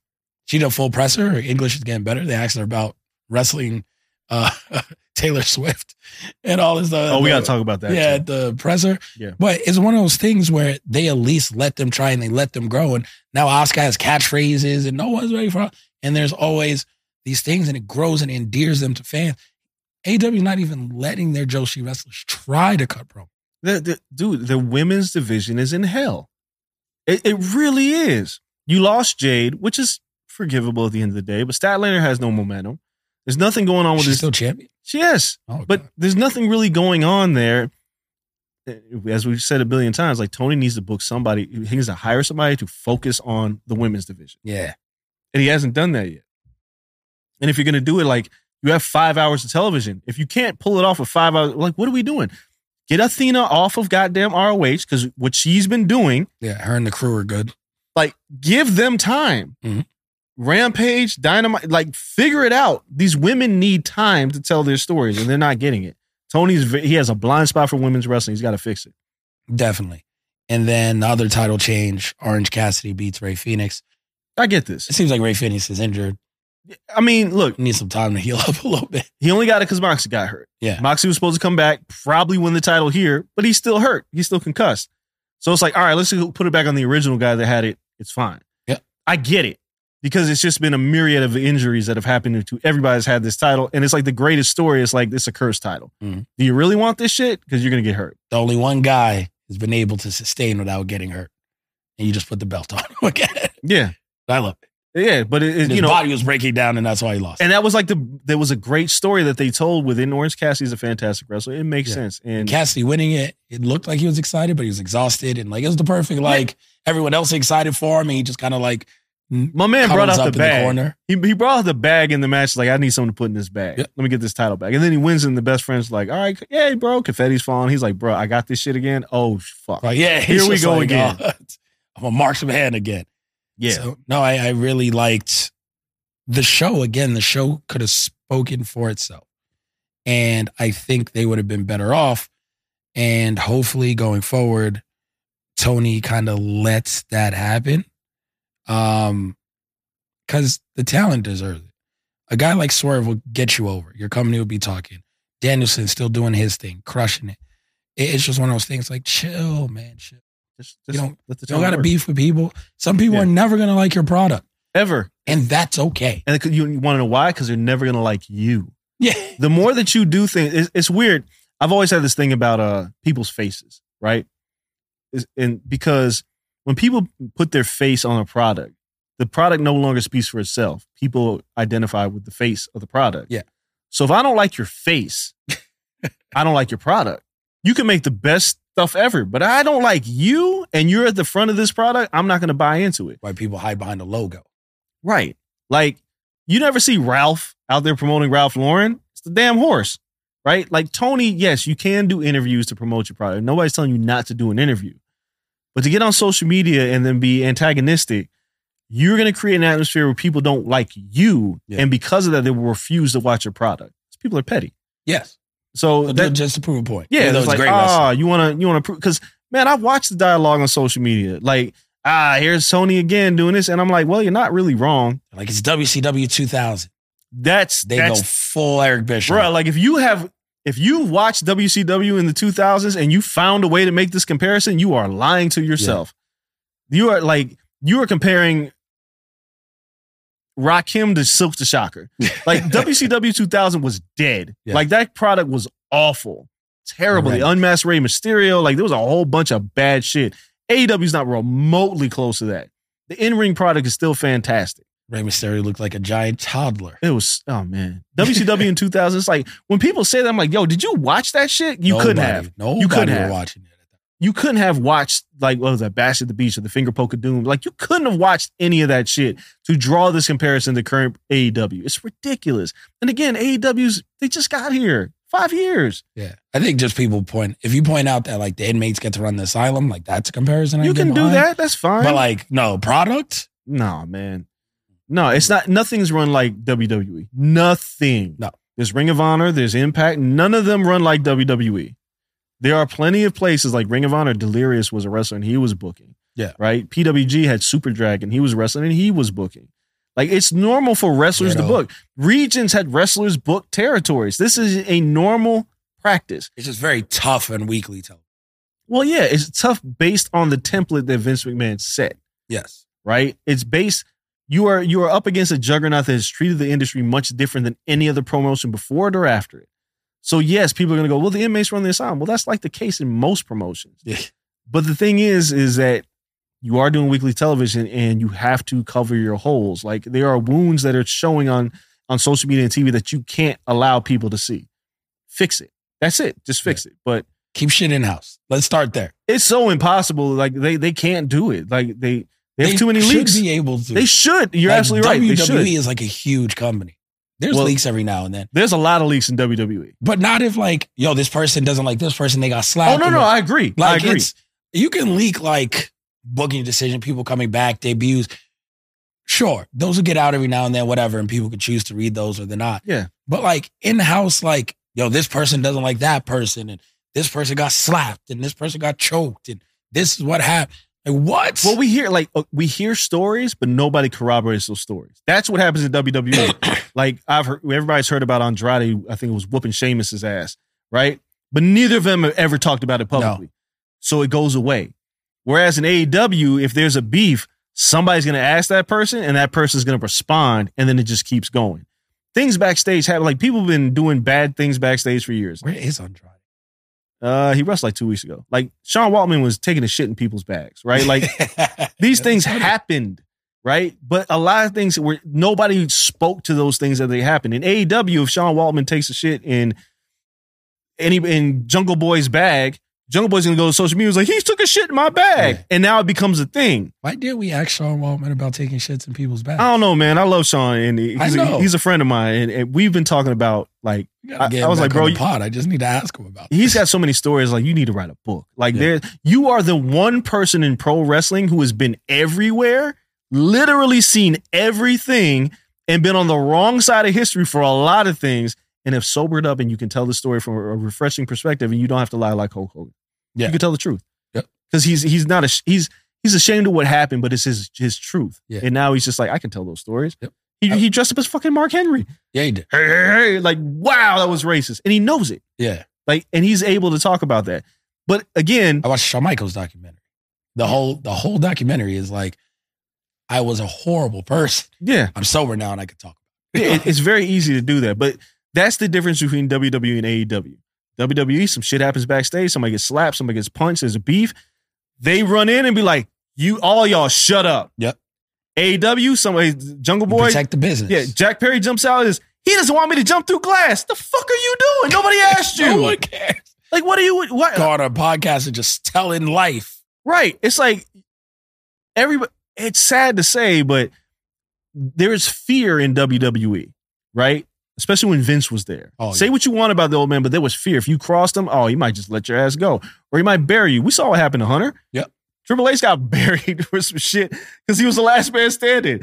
She did a full presser. Her English is getting better. They asked her about wrestling uh, Taylor Swift and all this. Uh,
oh, we got to talk about that.
yeah,
too.
the presser.
Yeah.
But it's one of those things where they at least let them try and they let them grow. And now Oscar has catchphrases and no one's ready for And there's always these things and it grows and endears them to fans. AW not even letting their Joshi wrestlers try to cut promo.
The- the- dude, the women's division is in hell. It, it really is. You lost Jade, which is forgivable at the end of the day, but Statlander has no momentum. There's nothing going on with
She's
this.
still champion.
She is.
Oh,
But there's nothing really going on there. Eh, As we've said a billion times, like Tony needs to book somebody. He needs to hire somebody to focus on the women's division.
yeah,
And he hasn't done that yet. And if you're going to do it, like you have five hours of television. If you can't pull it off with five hours, like what are we doing? Get Athena off of goddamn ROH because what she's been doing,
yeah. Her and the crew are good.
like give them time.
Mhm.
Rampage, Dynamite, like figure it out. These women need time to tell their stories and they're not getting it. Tony's, ve- he has a blind spot for women's wrestling. He's got to fix it.
Definitely. And then the other title change, Orange Cassidy beats Ray Phoenix.
I get this.
It seems like Ray Phoenix is injured.
I mean, look,
Needs some time to heal up a little bit.
He only got it because Moxie got hurt.
Yeah.
Moxie was supposed to come back, probably win the title here, but he's still hurt. He's still concussed. So it's like, all right, let's just put it back on the original guy that had it. It's fine.
Yeah.
I get it because it's just been a myriad of injuries that have happened to everybody's had this title. And it's like the greatest story is like, it's a cursed title.
Mhm.
Do you really want this shit? Because you're going to get hurt.
the only one guy has been able to sustain without getting hurt. And you just put the belt on him again.
Yeah.
I love it.
Yeah. But it, it-
His
you know,
body was breaking down and that's why he lost.
and that was like the, there was a great story that they told within Orange Cassidy's a fantastic wrestler. It makes
Yeah.
sense. And
Cassidy winning it, it looked like he was excited, but he was exhausted. And like, it was the perfect, like, everyone else excited for him. And he just kind of like
my man brought
cuddles
out
up
the
in the
bag.
corner.
He, he brought the bag in the match. Like, I need something to put in this bag.
Yeah.
Let me get this title back. And then he wins, and the best friend's like, all right, hey, bro, confetti's falling. He's like, bro, I got this shit again. Oh, fuck.
Like, yeah, he's
Here we
just
go
like,
again.
"Oh, I'm a marksman again.
Yeah.
So, no, I, I really liked the show. Again, the show could have spoken for itself. And I think they would have been better off. And hopefully going forward, Tony kind of lets that happen. Um, because the talent deserves it. A guy like Swerve will get you over. Your company will be talking. Danielson still doing his thing, crushing it. It- It's just one of those things like chill, man. Chill.
Just,
You
just
don't-
let the
You don't got to
work.
beef with people. Some people
Yeah.
are never going to like your product,
ever.
and that's okay.
And it could- you want to know why? Because they're never gonna like you.
Yeah.
The more that you do things, it's, it's weird. I've always had this thing about uh people's faces, right? Is- And because when people put their face on a product, the product no longer speaks for itself. People identify with the face of the product.
Yeah.
So if I don't like your face, I don't like your product. You can make the best stuff ever, but I don't like you, and you're at the front of this product. I'm not gonna buy into it.
Why people hide behind the logo.
Right. Like you never see Ralph out there promoting Ralph Lauren. It's the damn horse. Right? Like Tony, yes, you can do interviews to promote your product. Nobody's telling you not to do an interview. But to get on social media and then be antagonistic, you're going to create an atmosphere where people don't like you.
Yeah.
And because of that, they will refuse to watch your product. These People are petty.
Yes.
So
But
that,
just to prove a point.
yeah,
that
it's
was
like,
great lesson.
ah, you want to, you want to, because man, I watched the dialogue on social media. Like, ah, here's Sony again doing this. And I'm like, well, you're not really wrong.
Like it's WCW 2000.
That's
They go
that's
full Eric Bischoff.
bro. Like if you have if you watched WCW in the 2000s and you found a way to make this comparison, you are lying to yourself. You are like you are comparing Rakim to Silk the Shocker. Like WCW 2000 was dead.
Yeah.
Like that product was awful, terrible. The
Horrendous.
unmasked Rey Mysterio. Like there was a whole bunch of bad shit. AEW's not remotely close to that. The in-ring product is still fantastic.
Rey Mysterio looked like a giant toddler.
It was oh man, WCW in 2000. It's like when people say that, I'm like, yo, did you watch that shit? You couldn't
Nobody-
have.
Nobody
couldn't
were
have.
watching it.
You couldn't have watched like what was that Bash at the Beach or the Finger Poke of Doom. Like you couldn't have watched any of that shit to draw this comparison to current AEW. It's ridiculous. And again, AEW's they just got here five years.
Yeah. I think just people point, if you point out that like the inmates get to run the asylum, like that's a comparison. I
you
get
can do
behind.
that. That's fine.
But like, no, product?
No, man. No, it's not. Nothing's run like WWE. Nothing.
No.
There's Ring of Honor. There's Impact. None of them run like WWE. There are plenty of places like Ring of Honor. Delirious was a wrestler and he was booking.
Yeah.
Right. PWG had Super Dragon. He was wrestling and he was booking. Like it's normal for wrestlers to
Ditto.
book. Regions had wrestlers book territories. This is a normal practice.
It's just very tough and weekly television.
Well, yeah, it's tough based on the template that Vince McMahon set.
Yes.
right? It's based. You are you are up against a juggernaut that has treated the industry much different than any other promotion before it or after it. So yes, people are going to go. Well, the inmates run the asylum. Well, that's like the case in most promotions.
Yeah.
But the thing is, is that you are doing weekly television and you have to cover your holes. Like there are wounds that are showing on on social media and TV that you can't allow people to see. Fix it. That's it. Just fix it. But
Keep shit in house. Let's start there.
it's so impossible. Like they they can't do it. Like they they have too many
should
leaks.
be able to.
They should. You're
Like,
absolutely right.
WWE
They should.
is like a huge company. There's
Well-
leaks every now and then,
There's a lot of leaks in E. WWE.
but not if like, yo, this person doesn't like this person. They got slapped.
Oh no,
or
no,
what-
I agree. I
Like
agree.
it's you can leak like booking decision, people coming back, debuts. Sure, those will get out every now and then, whatever, and people could choose to read those or they're not.
Yeah.
But like in house, like yo, this person doesn't like that person, and this person got slapped, and this person got choked, and this is what happened. Like what?
Well, we hear like uh, we hear stories, but nobody corroborates those stories. That's what happens in WWE. like I've heard, everybody's heard about Andrade. I think it was whooping Sheamus's ass, right? But neither of them have ever talked about it publicly, so it goes away. Whereas in AEW, if there's a beef, somebody's going to ask that person, and that person's going to respond, and then it just keeps going. Things backstage happen. Like people have been doing bad things backstage for years.
Where is Andrade?
Uh, he wrestled like two weeks ago. Like Sean Waltman was taking a shit in people's bags, right? Like these things happened, right? But a lot of things were nobody spoke to those things that they happened. In AEW, if Sean Waltman takes a shit in any in Jungle Boy's bag, Jungle Boy's gonna go to social media. He's like, he took a shit in my bag,
Yeah.
and now it becomes a thing.
Why did we ask Sean Waltman about taking shits in people's back?
I don't know, man. I love Sean, and
I
he's, a,
know.
he's a friend of mine, and, and we've been talking about like I- I was like, bro, you-
pod. I just need to ask him about.
he's got so many stories. Like you need to write a book. Like
Yeah.
there, you are the one person in pro wrestling who has been everywhere, literally seen everything, and been on the wrong side of history for a lot of things, and have sobered up, and you can tell the story from a refreshing perspective, and you don't have to lie like Hulk Hogan.
Yeah.
you can tell the truth.
Yep.
because he's he's not a he's he's ashamed of what happened, but it's his his truth.
Yeah.
and now he's just like I can tell those stories.
Yep.
He, he dressed up as fucking Mark Henry.
Yeah, he did.
Hey, hey, hey! Like, wow, that was racist, and he knows it.
Yeah,
Like, and he's able to talk about that. But again,
I watched Shawn Michaels documentary. The whole the whole documentary is like, I was a horrible person.
yeah,
I'm sober now and I could talk.
it- it's very easy to do that. But that's the difference between WWE and E AEW. WWE, E, some shit happens backstage. Somebody gets slapped. Somebody gets punched. There's a beef. They run in and be like, "You all y'all shut up."
Yep.
AEW, somebody Jungle
And
Boy.
protect the business.
Yeah, Jack Perry jumps out. Is he doesn't want me to jump through glass? The fuck are you doing? Nobody asked you.
no one cares.
like, what are you? What?
Go on a podcast and just tell in life.
Right. It's like everybody. It's sad to say, but there is fear in WWE, right? Especially when Vince was there.
Oh,
say
yeah.
what you want about the old man, but there was fear. If you crossed him, oh, he might just let your ass go, or he might bury you. We saw what happened to Hunter.
Yep.
Triple H got buried for some shit because he was the last man standing.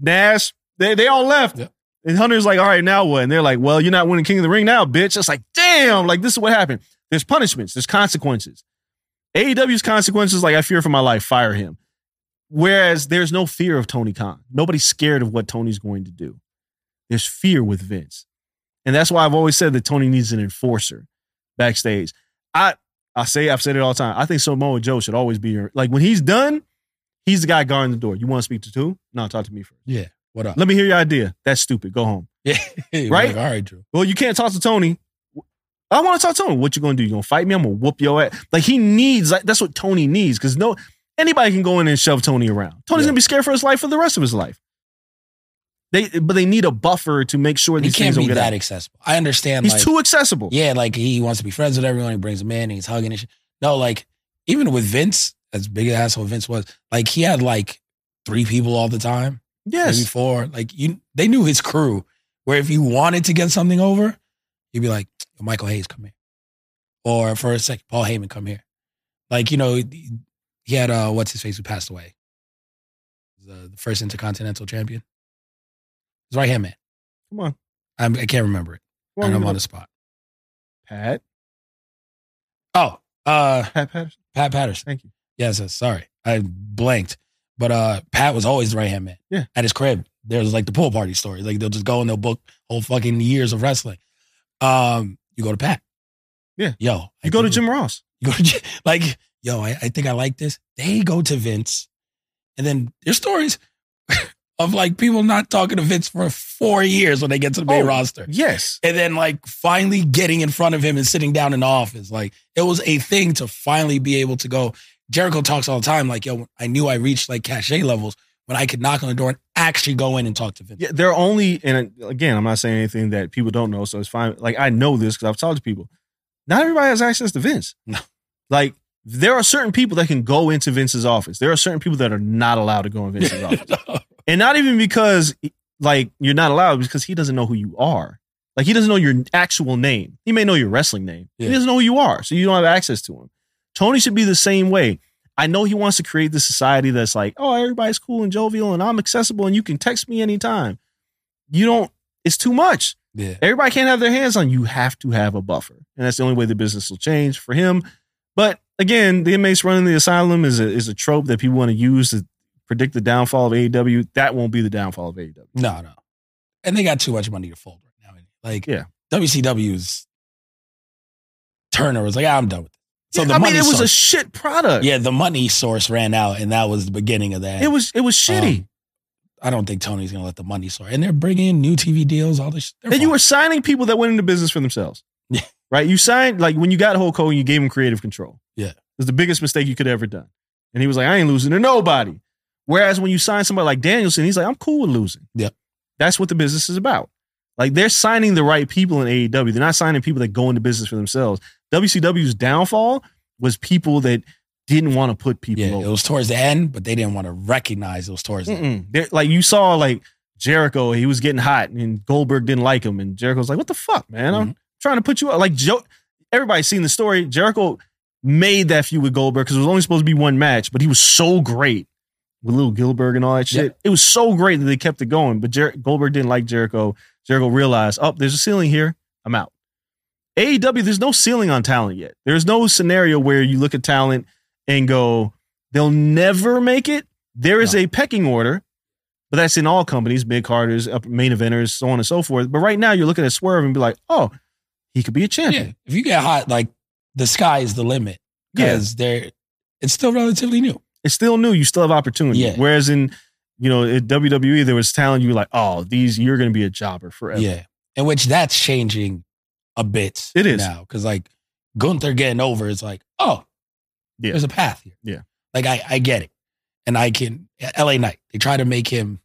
Nash, they they all left.
Yep.
And Hunter's like, all right, now what? And they're like, well, you're not winning King of the Ring now, bitch. It's like, damn, like this is what happened. There's punishments, there's consequences. AEW's E consequences, like I fear for my life, fire him. Whereas there's no fear of Tony Khan. Nobody's scared of what Tony's going to do. There's fear with Vince. And that's why I've always said that Tony needs an enforcer backstage. I I say I've said it all the time. I think Samoa Joe should always be your like when he's done, he's the guy guarding the door. You want to speak to two? No, talk to me first.
Yeah. What up?
Let me hear your idea. That's stupid. Go home.
Yeah. Like,
Right?
all right, Drew.
Well, you can't talk to Tony. I want to talk to Tony. What you gonna do? You gonna fight me? I'm gonna whoop your ass. Like he needs. Like that's what Tony needs. Because no, anybody can go in and shove Tony around. Tony's
Yeah.
gonna be scared for his life for the rest of his life. They, but they need a buffer to make sure
He
these
can't
things
be
don't get
that
out.
accessible. I understand.
He's
like,
too accessible.
Yeah, like he wants to be friends with everyone. He brings them in. And he's hugging and shit. No, like even with Vince, as big an asshole Vince was, like he had like three people all the time,
Yes.
maybe four. Like you, they knew his crew. Where if you wanted to get something over, you'd be like, "Yo, Michael Hayes, come here, or for a second, Paul Heyman, come here. Like you know, he he had uh, what's his face who passed away, uh, the, the first Intercontinental Champion. His right hand man.
Come on.
I'm, I can't remember it,
Come
and I'm
give
on
it
the
up.
spot.
Pat.
Oh, uh,
Pat Patterson.
Pat Patterson.
Thank you.
Yes, yes, sorry. I blanked. But uh Pat was always the right hand man.
Yeah.
At his crib. There's like the pool party story. Like they'll just go and they'll book whole fucking years of wrestling. Um, you go to Pat.
Yeah.
Yo. I
You go to
think-
Jim Ross.
You go to Jim- like, yo, I, I think I like this. They go to Vince. And then there's stories of like people not talking to Vince for four years when they get to the main
Oh.
roster.
Yes.
And then like finally getting in front of him and sitting down in the office. Like it was a thing to finally be able to go. Jericho talks all the time, like, yo, I knew I reached like cachet levels when I could knock on the door and actually go in and talk to Vince.
Yeah, they're only, and uh, again, I'm not saying anything that people don't know, so it's fine. Like I know this because I've talked to people. Not everybody has access to Vince.
No.
Like there are certain people that can go into Vince's office. There are certain people that are not allowed to go in Vince's office, and not even because like you're not allowed, because he doesn't know who you are. Like he doesn't know your actual name. He may know your wrestling name.
Yeah.
He doesn't know who you are, so you don't have access to him. Tony should be the same way. I know he wants to create this society that's like, oh, everybody's cool and jovial, and I'm accessible, and you can text me anytime you don't it's too much
yeah.
everybody can't have their hands on you have to have a buffer and that's the only way the business will change for him but again the inmates running the asylum is a is a trope that people want to use to predict the downfall of AEW that won't be the downfall of E AEW
No, no. And they got too much money to fold right now. Like
Yeah.
WCW's Turner was like, "Ah, I'm done with it. So the
I
money
mean it was a
source,
shit product
yeah, the money source ran out, and that was the beginning of that.
it was it was shitty
Um, I don't think Tony's gonna let the money soar. And they're bringing in new TV deals, all this. Shit. They're
and you
fine.
were signing people that went into business for themselves
Yeah.
right you signed like when you got Hulk Hogan you gave him creative control
Yeah.
it was the biggest mistake you could ever done and he was like I ain't losing to nobody whereas when you sign somebody like Danielson he's like I'm cool with losing
Yep.
that's what the business is about like they're signing the right people in AEW they're not signing people that go into business for themselves WCW's downfall was people that didn't want to put people
yeah,
over
it was towards the end, but they didn't want to recognize it was towards the end.
Mm-mm. They're- Like you saw, like Jericho, he was getting hot, and Goldberg didn't like him, and Jericho's like, "What the fuck, man? I'm trying to put you out." Like Joe, everybody's seen the story. Jericho made that feud with Goldberg because it was only supposed to be one match, but he was so great with Little Gilbert and all that shit. It was so great that they kept it going. But Jer- Goldberg didn't like Jericho. Jericho realized, "Oh, there's a ceiling here. I'm out." AEW, there's no ceiling on talent yet. There's no scenario where you look at talent and go, they'll never make it. There is
No.
a pecking order, but that's in all companies, mid carders, up- main eventers, so on and so forth. But right now, you're looking at Swerve and be like, oh, he could be a champion.
Yeah, if you get hot, like the sky is the limit.
Yeah.
because they're it's still relatively new.
It's still new. You still have opportunity.
Yeah.
Whereas in, you know, at WWE, there was talent. You were like, oh, these, you're going to be a jobber forever.
Yeah, in which that's changing a bit.
It is.
now because like Gunther getting over is like, oh,
Yeah.
there's a path here.
Yeah.
like I I get it, and I can L.A. Knight. They try to make him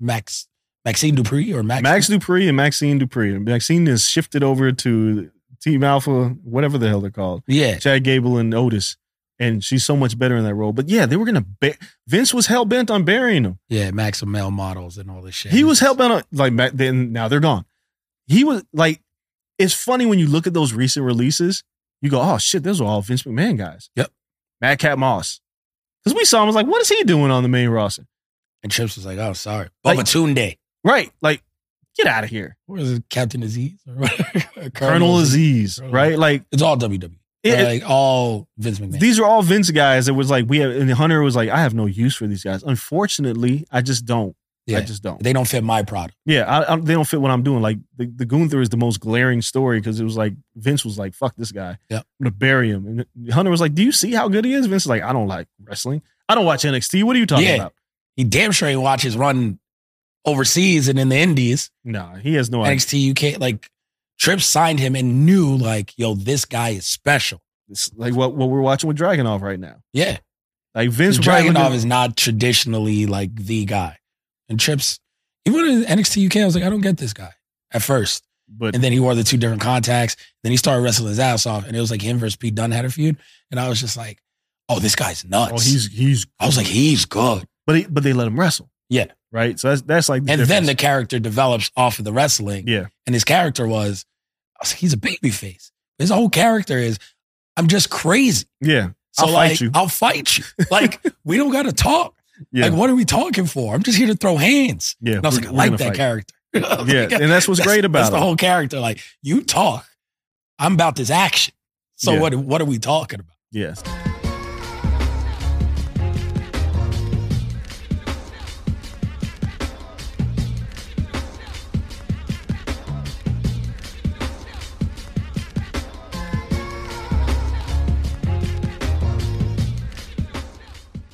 Max Maxine Dupree or Max.
Max Dupree and Maxine Dupree. And Maxine is shifted over to Team Alpha, whatever the hell they're called.
yeah,
Chad Gable and Otis. And she's so much better in that role. But yeah, they were going to, ba- Vince was hell bent on burying him.
yeah, Max and male models and all this shit.
He was hell bent on, like, back then, now they're gone. He was like, it's funny when you look at those recent releases, you go, oh shit, those are all Vince McMahon guys.
Yep.
Mad Cat Moss. Because we saw him, I was like, what is he doing on the main roster?
and Trips was like, oh, sorry,
Like-
Bubba Toon Day.
Right. Like, get out of here.
What is it, Captain Aziz or whatever?
Colonel Aziz,
Colonel
right? Like,
It's all WWE.
it-
like all Vince McMahon.
These are all Vince guys that was like, we have, and Hunter was like, I have no use for these guys. Unfortunately, I just don't.
yeah.
I just don't.
they don't fit my product.
Yeah, I, I, they don't fit what I'm doing. Like, the, the Gunther is the most glaring story because it was like, Vince was like, fuck this guy.
Yep.
I'm going to bury him. And Hunter was like, do you see how good he is? Vince is like, I don't like wrestling. I don't watch NXT. What are you talking
Yeah.
about?
He damn sure ain't watches run overseas and in the Indies.
Nah, he has no idea.
NXT UK, like Trips signed him and knew like, yo, this guy is special.
It's like what, what we're watching with Dragonov right now.
Yeah.
Like, Vince probably
Dragonov
looking-
is not traditionally like the guy. And Trips, even in NXT UK, I was like, I don't get this guy at first.
but
And then he wore the two different contacts. Then he started wrestling his ass off. And it was like him versus Pete Dunne had a feud. And I was just like, oh, this guy's nuts.
oh, he's, he's,
I was like, he's good.
but, he, but they let him wrestle.
Yeah.
Right. So that's, that's like,
And then
difference.
the character develops off of the wrestling.
yeah.
and his character was, I was like, he's a baby face. His whole character is, I'm just crazy.
Yeah.
So
I'll
like,
fight you.
I'll fight you. Like, we don't got to talk.
Yeah.
Like, what are we talking for? I'm just here to throw hands.
yeah.
And I was
we're-
like, I
we're
like
gonna
that
fight.
character. yeah,
Yeah, and that's what's great about
that's the
him.
whole character. Like, you talk, I'm about this action. So
Yeah.
what? What are we talking about?
Yes.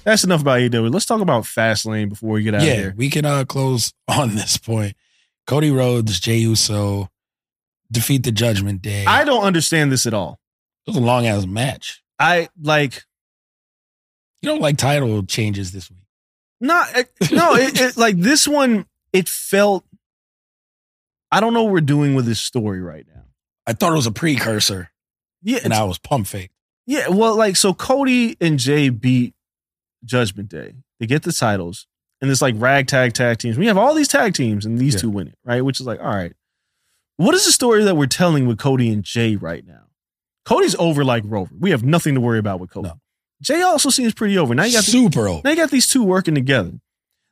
That's enough about AEW. Let's talk about Fastlane before we get out
yeah,
of here.
we can uh, close on this point. Cody Rhodes, Jey Uso defeat the Judgment Day.
I don't understand this at all.
it was a long ass match.
I like
You don't like title changes this week.
Not it- no, it, it, like this one, it felt. I don't know what we're doing with this story right now.
I thought it was a precursor,
Yeah,
and I was pump fake.
yeah. Well, like so, Cody and Jay beat Judgment Day. They get the titles, and it's like ragtag tag teams. We have all these tag teams, and these
Yeah.
two win it, right? Which is like, all right, what is the story that we're telling with Cody and Jay right now? Cody's over like Rover. We have nothing to worry about with Cody.
No.
Jay also seems pretty over. Now you got the
Super old.
Now you got these two working together.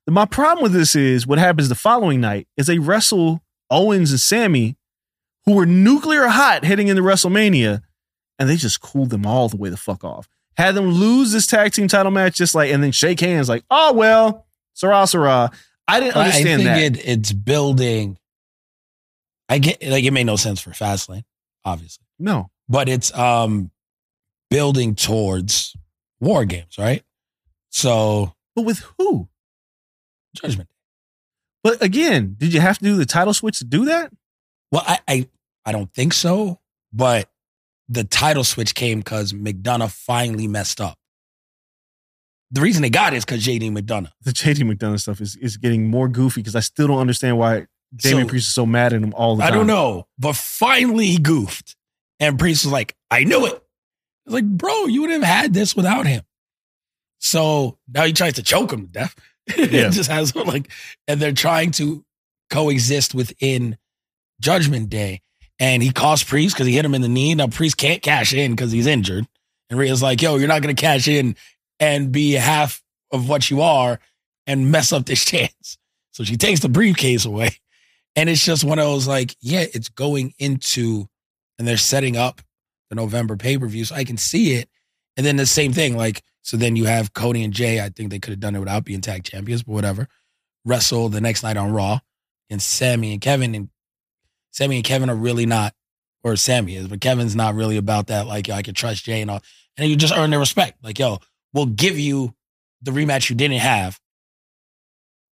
My problem with this is what happens the following night is they wrestle Owens and Sammy, who were nuclear hot heading into WrestleMania, and they just cooled them all the way the fuck off. Had them lose this tag team title match, just like, and then shake hands, like, oh, well, Sarah, Sarah. I didn't
I
understand
think
that.
It, it's building. I get like it made no sense for Fastlane, obviously,
no.
but it's um building towards war games, right? So
But with who?
judgment.
But again, did you have to do the title switch to do that?
Well, I I, I don't think so, but the title switch came because McDonough finally messed up. The reason they got it is because JD McDonough.
The JD McDonough stuff is, is getting more goofy because I still don't understand why Damian
So-
Priest is so mad at him all the
I
time.
don't know, but finally he goofed. And Priest was like, I knew it. I was like, bro, you would have had this without him. So now he tries to choke him to death.
Yeah.
it just has him like, and they're trying to coexist within Judgment Day. And he cost Priest because he hit him in the knee. Now Priest can't cash in because he's injured. And Rhea's like, yo, you're not going to cash in and be half of what you are and mess up this chance. So she takes the briefcase away. And it's just one of those like, yeah, it's going into and they're setting up the November pay per view. So I can see it. And then the same thing, like, so then you have Cody and Jay. I think they could have done it without being tag champions, but whatever. Wrestle the next night on Raw and Sammy and Kevin. And Sammy and Kevin are really not or Sammy is, but Kevin's not really about that. Like, yo, I can trust Jay and all. And you just earn their respect. Like, yo, we'll give you the rematch you didn't have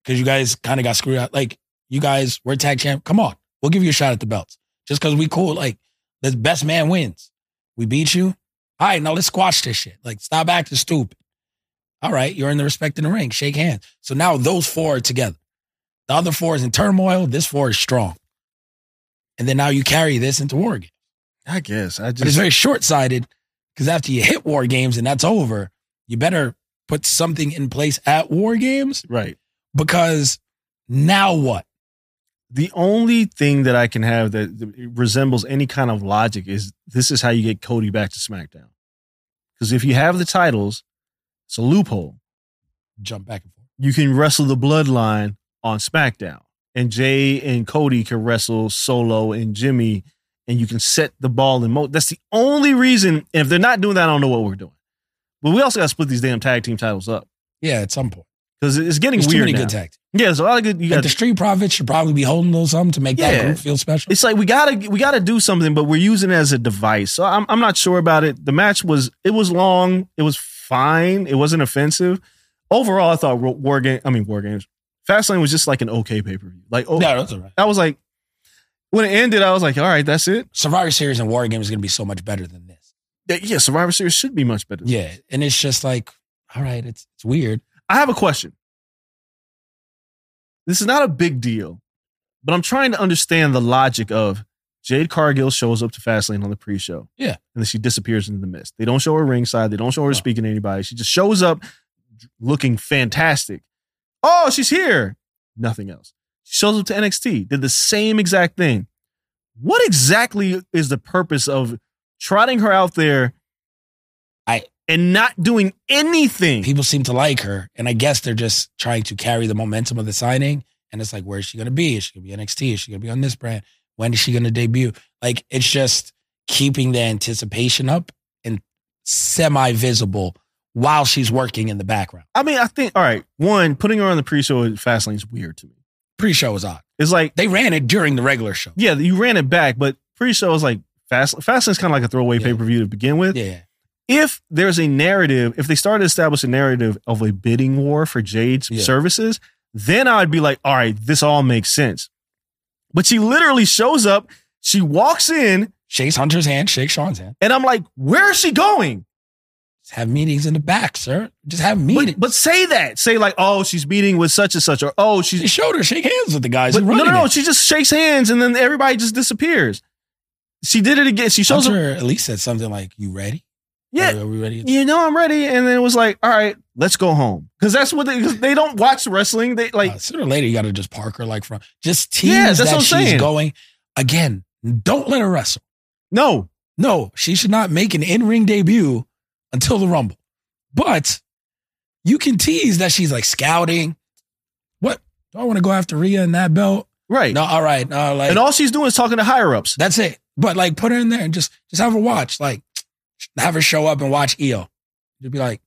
because you guys kind of got screwed out. Like, you guys were tag champ. Come on. We'll give you a shot at the belts just because we cool. Like, the best man wins. We beat you. All right, now let's squash this shit. Like, stop acting stupid. All right, you're in the respect in the ring. Shake hands. So now those four are together. The other four is in turmoil. This four is strong. And then now you carry this into war games.
I guess I
But it's
just
very short sighted because after you hit war games and that's over, you better put something in place at war games
right.
because now what?
The only thing that I can have that that resembles any kind of logic is this is how you get Cody back to SmackDown. Because if you have the titles, it's a loophole.
Jump back and forth.
You can wrestle the bloodline on SmackDown, and Jay and Cody can wrestle Solo and Jimmy, and you can set the ball in motion. That's the only reason. And if they're not doing that, I don't know what we're doing. But we also got to split these damn tag team titles up
Yeah, at some point.
because it's getting
There's too
weird.
many
now.
good tag.
yeah, there's a lot of good. You
Like
got
the Street Profits should probably be holding those something to make that
Yeah.
group feel special.
it's like we gotta we gotta do something, but we're using it as a device. So I'm I'm not sure about it. The match was it was long, it was fine, it wasn't offensive. Overall, I thought War- War Game, I mean War Games, Fastlane was just like an okay pay per view. Like oh,
no, that's all right.
I was like, when it ended, I was like, all right, that's it.
Survivor Series and War Games is going to be so much better than this.
Yeah, yeah, Survivor Series should be much better.
Yeah, and it's just like, all right, it's it's weird.
I have a question. This is not a big deal, but I'm trying to understand the logic of Jade Cargill shows up to Fastlane on the pre-show.
Yeah.
And then she disappears into the mist. They don't show her ringside. They don't show her
No.
speaking to anybody. She just shows up looking fantastic. Oh, she's here. Nothing else. She shows up to NXT, did the same exact thing. What exactly is the purpose of trotting her out there
I-
and not doing anything?
People seem to like her, and I guess they're just trying to carry the momentum of the signing. And it's like, where is she going to be? Is she going to be NXT? Is she going to be on this brand? When is she going to debut? Like, it's just keeping the anticipation up and semi visible while she's working in the background.
I mean, I think all right. One, putting her on the pre-show at Fastlane is weird to me.
Pre-show was odd.
It's like,
They ran it during the regular show.
yeah, you ran it back, but pre-show is like Fast Fastlane's kind of like a throwaway
Yeah.
pay-per-view to begin with.
Yeah,
If there's a narrative, if they start to establish a narrative of a bidding war for Jade's
Yeah.
services, then I'd be like, all right, this all makes sense. But she literally shows up, she walks in,
shakes Hunter's hand, shakes Sean's hand.
and I'm like, where is she going?
Just have meetings in the back, sir. Just have meetings.
But, but say that. Say like, oh, she's meeting with such and such, or oh, she's
They showed her shake hands with the guys.
But
who
no, no,
running
no.
it.
She just shakes hands and then everybody just disappears. She did it again. She shows up.
Hunter at least said something like, "You ready?
Yeah,
are, are we ready?"
you know I'm ready. And then it was like, all right, let's go home because that's what they, cause they don't watch wrestling. They like
Uh, sooner or later, you got to just park her like from just tease
Yeah, that's
that
what I'm
she's
saying.
going. Again, don't let her wrestle.
no.
No, she should not make an in-ring debut until the Rumble. But you can tease that she's like scouting. What do I want to go after Rhea and that belt?
Right.
No, all right, no, like
and all she's doing is talking to higher ups.
that's it. But like, put her in there and just just have her watch. Like, have her show up and watch EO. You'd be like,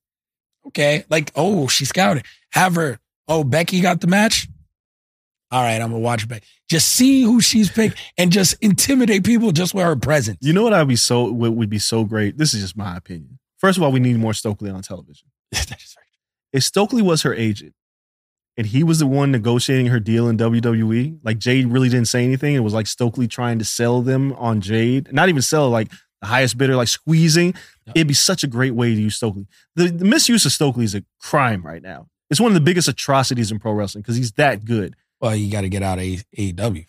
okay, like, oh, she scouted. Have her. Oh, Becky got the match. All right, I'm gonna watch Becky. Just see who she's picked and just intimidate people just with her presence.
You know what I'd be so what would be so great? This is just my opinion. First of all, we need more Stokely on television. If Stokely was her agent and he was the one negotiating her deal in WWE, like Jade really didn't say anything. It was like Stokely trying to sell them on Jade. Not even sell, like the highest bidder, like squeezing.
Yeah.
It'd be such a great way to use Stokely. The, the misuse of Stokely is a crime right now. It's one of the biggest atrocities in pro wrestling because he's that good.
well, you got to get out of E AEW.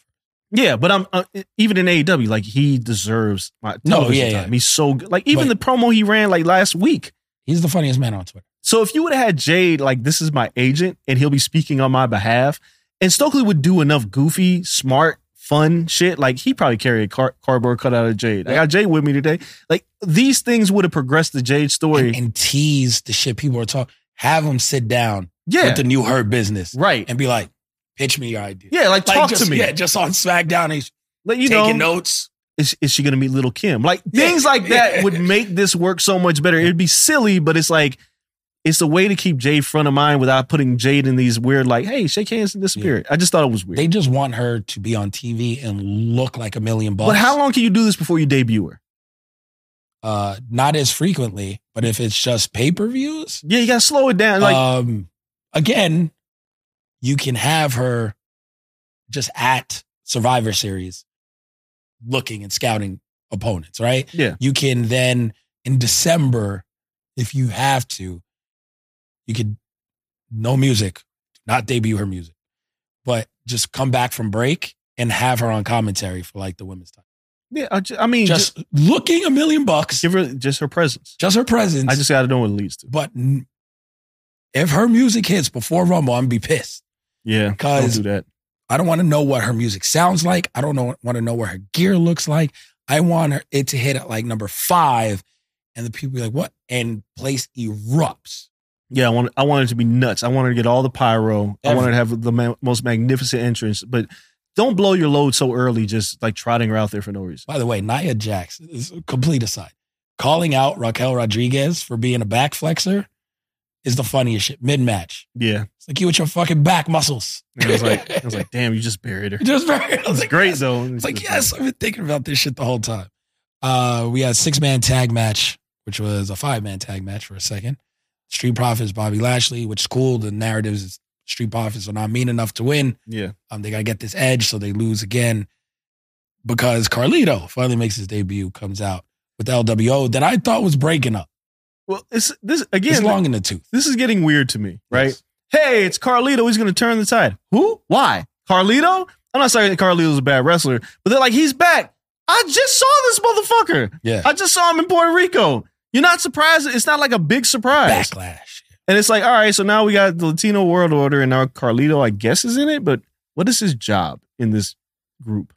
Yeah, but I'm uh, even in AEW, like he deserves my
No,
television
yeah, yeah.
time. He's so good. Like even
But-
the promo he ran like last week.
He's the funniest man on Twitter.
So if you would have had Jade, like this is my agent, and he'll be speaking on my behalf, and Stokely would do enough goofy, smart, fun shit. Like he probably carry a car- cardboard cutout of Jade. I got Jade with me today. Like these things would have progressed the Jade story.
And, and tease the shit people are talking. Have him sit down
yeah,
with the new her business
right.
and be like, pitch me your idea.
yeah, like,
Like,
talk
just-
to me.
Yeah, just on SmackDown. He's
like you know,
taking notes.
is, is she going to meet little Kim? Like
Yeah.
things like that would make this work so much better. It'd be silly, but it's like it's a way to keep Jade front of mind without putting Jade in these weird like, hey, shake hands and disappear. I just thought it was weird.
They just want her to be on TV and look like a million bucks.
but how long can you do this before you debut her?
Uh, not as frequently, but if it's just pay per views,
Yeah, you gotta slow it down. Like,
um, again, you can have her just at Survivor Series, looking and scouting opponents. Right?
Yeah.
You can then in December, if you have to, you could no music, not debut her music, but just come back from break and have her on commentary for like the women's time.
yeah, I, ju- I mean, just,
Just looking a million bucks,
give her just her presence.
just her presence.
I just gotta know what it leads to.
But n- if her music hits before Rumble, I'm gonna be pissed.
Yeah,
Because-
don't do that.
I don't want to know what her music sounds like. I don't know, want to know what her gear looks like. I want her it to hit at like number five, and the people be like, "What?" And place erupts.
Yeah, I want I want it to be nuts. I want her to get all the pyro. I want her to have the ma- most magnificent entrance. But don't blow your load so early. Just like trotting her out there for no reason.
By the way, Nia Jax is a complete aside. Calling out Raquel Rodriguez for being a back flexer is the funniest shit. Mid match,
Yeah,
it's like you with your fucking back muscles.
and I was like, I was like, damn, you just buried her.
just very, I was
It's
like,
great though.
It's like, yes, I've been thinking about this shit the whole time. Uh, we had a six man tag match, which was a five man tag match for a second. Street Profits, Bobby Lashley, which is cool. The narratives is Street Profits are not mean enough to win.
Yeah,
Um, they got to get this edge, so they lose again because Carlito finally makes his debut, comes out with LWO that I thought was breaking up.
Well, it's this again.
it's long in the tooth.
This is getting weird to me, right?
Yes.
Hey, it's Carlito. He's going to turn the tide. Who? Why? Carlito? I'm not saying that Carlito's a bad wrestler, but they're like, he's back. I just saw this motherfucker.
Yeah.
I just saw him in Puerto Rico. You're not surprised. It's not like a big surprise.
Backlash.
And it's like, all right, so now we got the Latino World Order, and now Carlito, I guess, is in it. But what is his job in this group?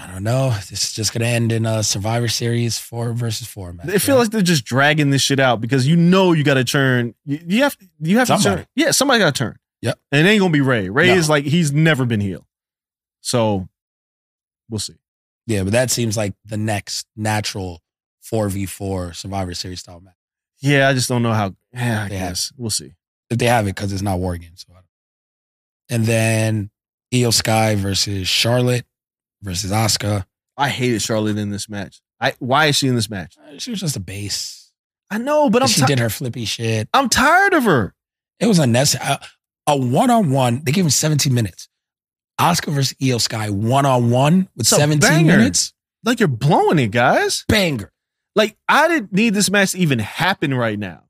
I don't know. This is just going to end in a Survivor Series four versus four match.
It feels like they're just dragging this shit out because you know you got to turn. You, you have you have
Somebody.
to turn. Yeah, somebody got to turn.
Yep.
and it ain't gonna be Ray. Ray
No.
is like he's never been healed. So we'll see.
Yeah, but that seems like the next natural 4v4 Survivor Series style match.
Yeah, I just don't know how. Yeah, I
They have-
guess we'll see.
If they have it, because it's not War Games. So I don't. And then Io Sky versus Charlotte versus Asuka.
I hated Charlotte in this match. I why is she in this match?
Uh, She was just a base.
I know, but I'm
she
ti-
did her flippy shit.
I'm tired of her.
It was unnecessary. A- A one on one, they gave him 17 minutes. Asuka versus Io Sky one on one with
It's a
17
banger.
minutes.
Like you're blowing it, guys.
Banger.
Like I didn't need this match to even happen right now.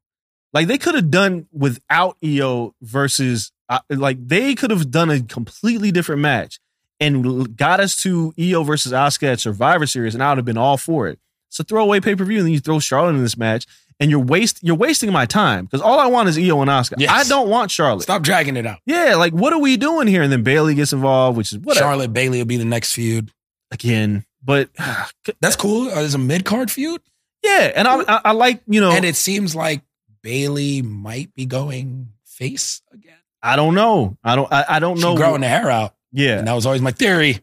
Like they could have done without EO versus uh, like they could have done a completely different match and l- got us to EO versus Oscar at Survivor Series, and I would have been all for it. It's a throwaway pay per view, and then you throw Charlotte in this match, and you're waste you're wasting my time because all I want is EO and Oscar.
Yes.
I don't want Charlotte.
Stop dragging it out.
Yeah, like what are we doing here? And then Bailey gets involved, which is what
Charlotte Bailey will be the next feud.
again. But
That's cool. Uh, There's a mid card feud.
yeah, and I, I, I like you know
And it seems like Bailey might be going face again.
I don't know. I don't. I, I don't
She's
know.
growing the hair out.
Yeah.
And that was always my theory.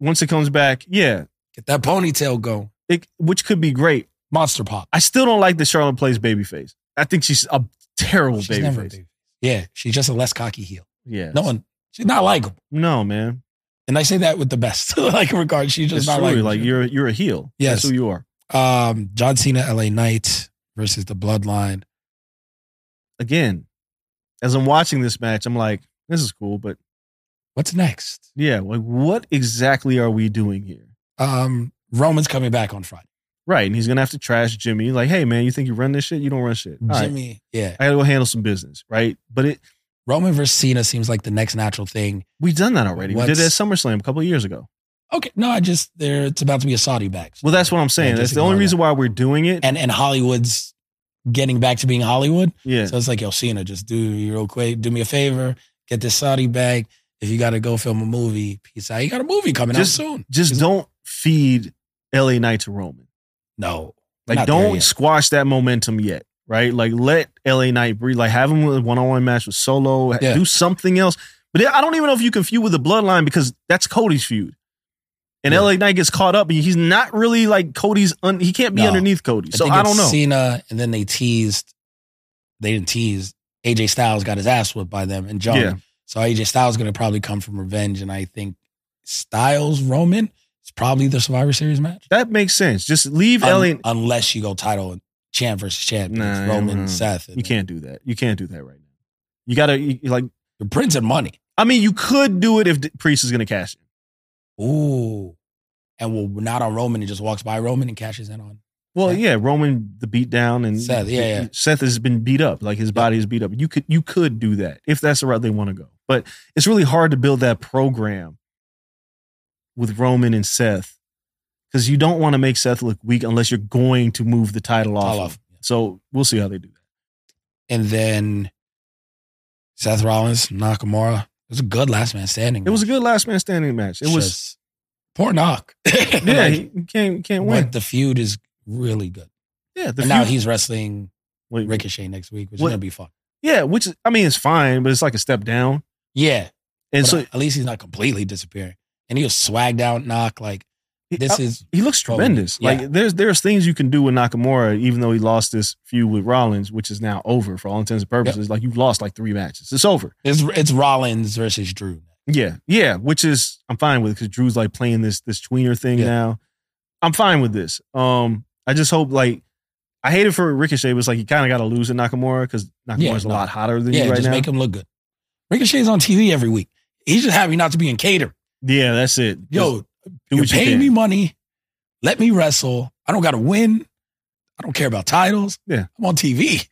Once it comes back, yeah,
Get that ponytail going.
it, which could be great.
Monster pop.
I still don't like that Charlotte plays babyface. I think she's a terrible
She's never a
babyface.
baby. Yeah, she's just a less cocky heel.
Yeah.
No one, she's not likable.
No, man.
And I say that with the best, like regard. She's just
It's
not
true.
likable.
Like you're you're a heel.
Yes.
That's who you are.
um, John Cena, LA Knight versus the Bloodline.
Again, as I'm watching this match, I'm like, this is cool, but
What's next?
yeah, like what exactly are we doing here?
Um, Roman's coming back on Friday.
Right. And he's gonna have to trash Jimmy. Like, hey man, you think you run this shit? You don't run shit. All right.
Jimmy, yeah.
I gotta go handle some business, right? But it
Roman versus Cena seems like the next natural thing.
we've done that already. we
What's-
did it at SummerSlam a couple of years ago.
Okay, no, I just there. It's about to be a Saudi back.
Well, that's what I'm saying.
Yeah,
that's
just
the only
ignore
reason why we're doing it.
and and Hollywood's getting back to being Hollywood.
yeah.
So it's like, yo, Cena, just do you real quick, do me a favor, get this Saudi bag. If you got to go film a movie, peace out. You got a movie coming
Just-
out soon.
Just don't feed LA Knight to Roman.
No,
Like,
Not there
don't
yet.
squash that momentum yet, right? Like, let LA Knight breathe. Like, have him with a one on one match with Solo.
Yeah.
Do something else. But I don't even know if you can feud with the Bloodline because that's Cody's feud. And
Yeah.
LA Knight gets caught up, and he's not really like Cody's. Un- he can't be
No.
underneath Cody. So
think
I
it's
don't know.
Cena, and then they teased. They didn't tease. AJ Styles got his ass whipped by them and John.
Yeah.
So AJ Styles going to probably come from revenge, and I think Styles Roman is probably the Survivor Series match.
That makes sense. Just leave
Un-
Ellie.
unless you go title champ versus champ,
Nah,
it's
I don't
Roman
know.
and Seth.
You can't do that. You can't do that right now. You gotta you, you like.
You're printing money.
I mean, you could do it if D- Priest is gonna cash in.
Ooh. And will not on Roman and just walks by Roman and cashes in on.
Well,
Seth.
yeah, Roman the beat down and
Seth, yeah, yeah.
Seth has been beat up. Like his body is beat up. You could you could do that if that's the route they want to go. But it's really hard to build that program with Roman and Seth because you don't want to make Seth look weak unless you're going to move the title off.
All
him.
off.
So we'll see how they do that.
And then Seth Rollins, Nakamura. It was a good last man standing.
It was a
match.
good last man standing match. It was
Just poor knock.
yeah. he he can't can't win.
the feud is really good.
yeah, the
and now
feud-
he's wrestling
wait,
Ricochet next week, which
What-
is gonna be fun.
Yeah, which is, I mean, it's fine, but it's like a step down.
Yeah.
And
but uh,
so
at least he's not completely disappearing. And he was swagged out knock. Like this
I-
is
he uh looks
Roman,
tremendous.
yeah.
Like there's there's things you can do with Nakamura, even though he lost this feud with Rollins, which is now over for all intents and purposes. Like you've lost like three matches. It's over.
it's it's Rollins versus Drew.
Yeah, yeah, which is I'm fine with because Drew's like playing this this tweener thing
Yeah.
now. I'm fine with this. Um, I just hope like I hate it for Ricochet, but it's like you kind of got to lose to Nakamura because Nakamura's a
no.
lot hotter than
Yeah,
you right
just
now.
make him look good. Ricochet's on TV every week. He's just happy not to be in cater.
yeah, that's it.
Yo,
do
you're
what you
paying
can.
me money. Let me wrestle. I don't got to win. I don't care about titles.
Yeah.
I'm on TV.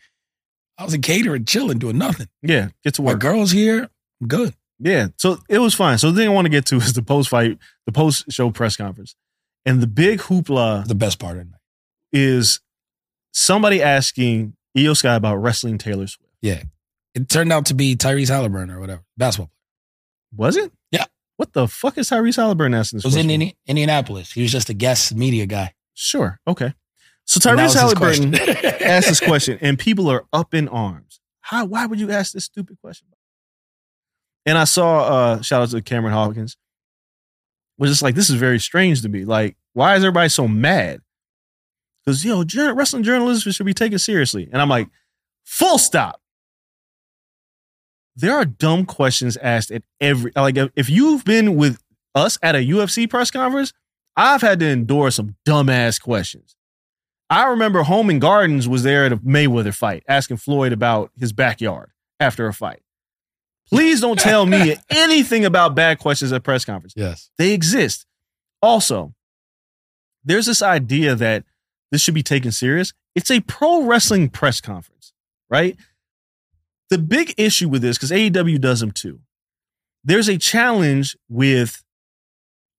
I was in catering, chilling, doing nothing.
yeah, get to
My
work.
girl's here. I'm good.
Yeah, so it was fine. So the thing I want to get to is the post fight, the post show press conference, and the big hoopla
The best part of the night.
is somebody asking Io Sky about wrestling Taylor Swift.
It turned out to be Tyrese Halliburton or whatever. Basketball.
Was it?
Yeah.
What the fuck is Tyrese Halliburton asking this?
It was in
question?
Indi- Indianapolis. He was just a guest media guy.
Sure. Okay. So
And that
Tyrese
was his
Halliburton
question.
asked this question, and people are up in arms. How? Why would you ask this stupid question? And I saw uh, shout out to Cameron Hawkins. Was just like this is very strange to me. Like, why is everybody so mad? Because yo, jour- wrestling journalists should be taken seriously. And I'm like, full stop. There are dumb questions asked at every like if- if you've been with us at a UFC press conference, I've had to endure some dumbass questions. I remember Home Gardens was there at a Mayweather fight asking Floyd about his backyard after a fight. Please don't tell me anything about bad questions at press conferences.
Yes.
They exist. Also, there's this idea that this should be taken serious. It's a pro wrestling press conference, right? The big issue with this, because AEW does them too, there's a challenge with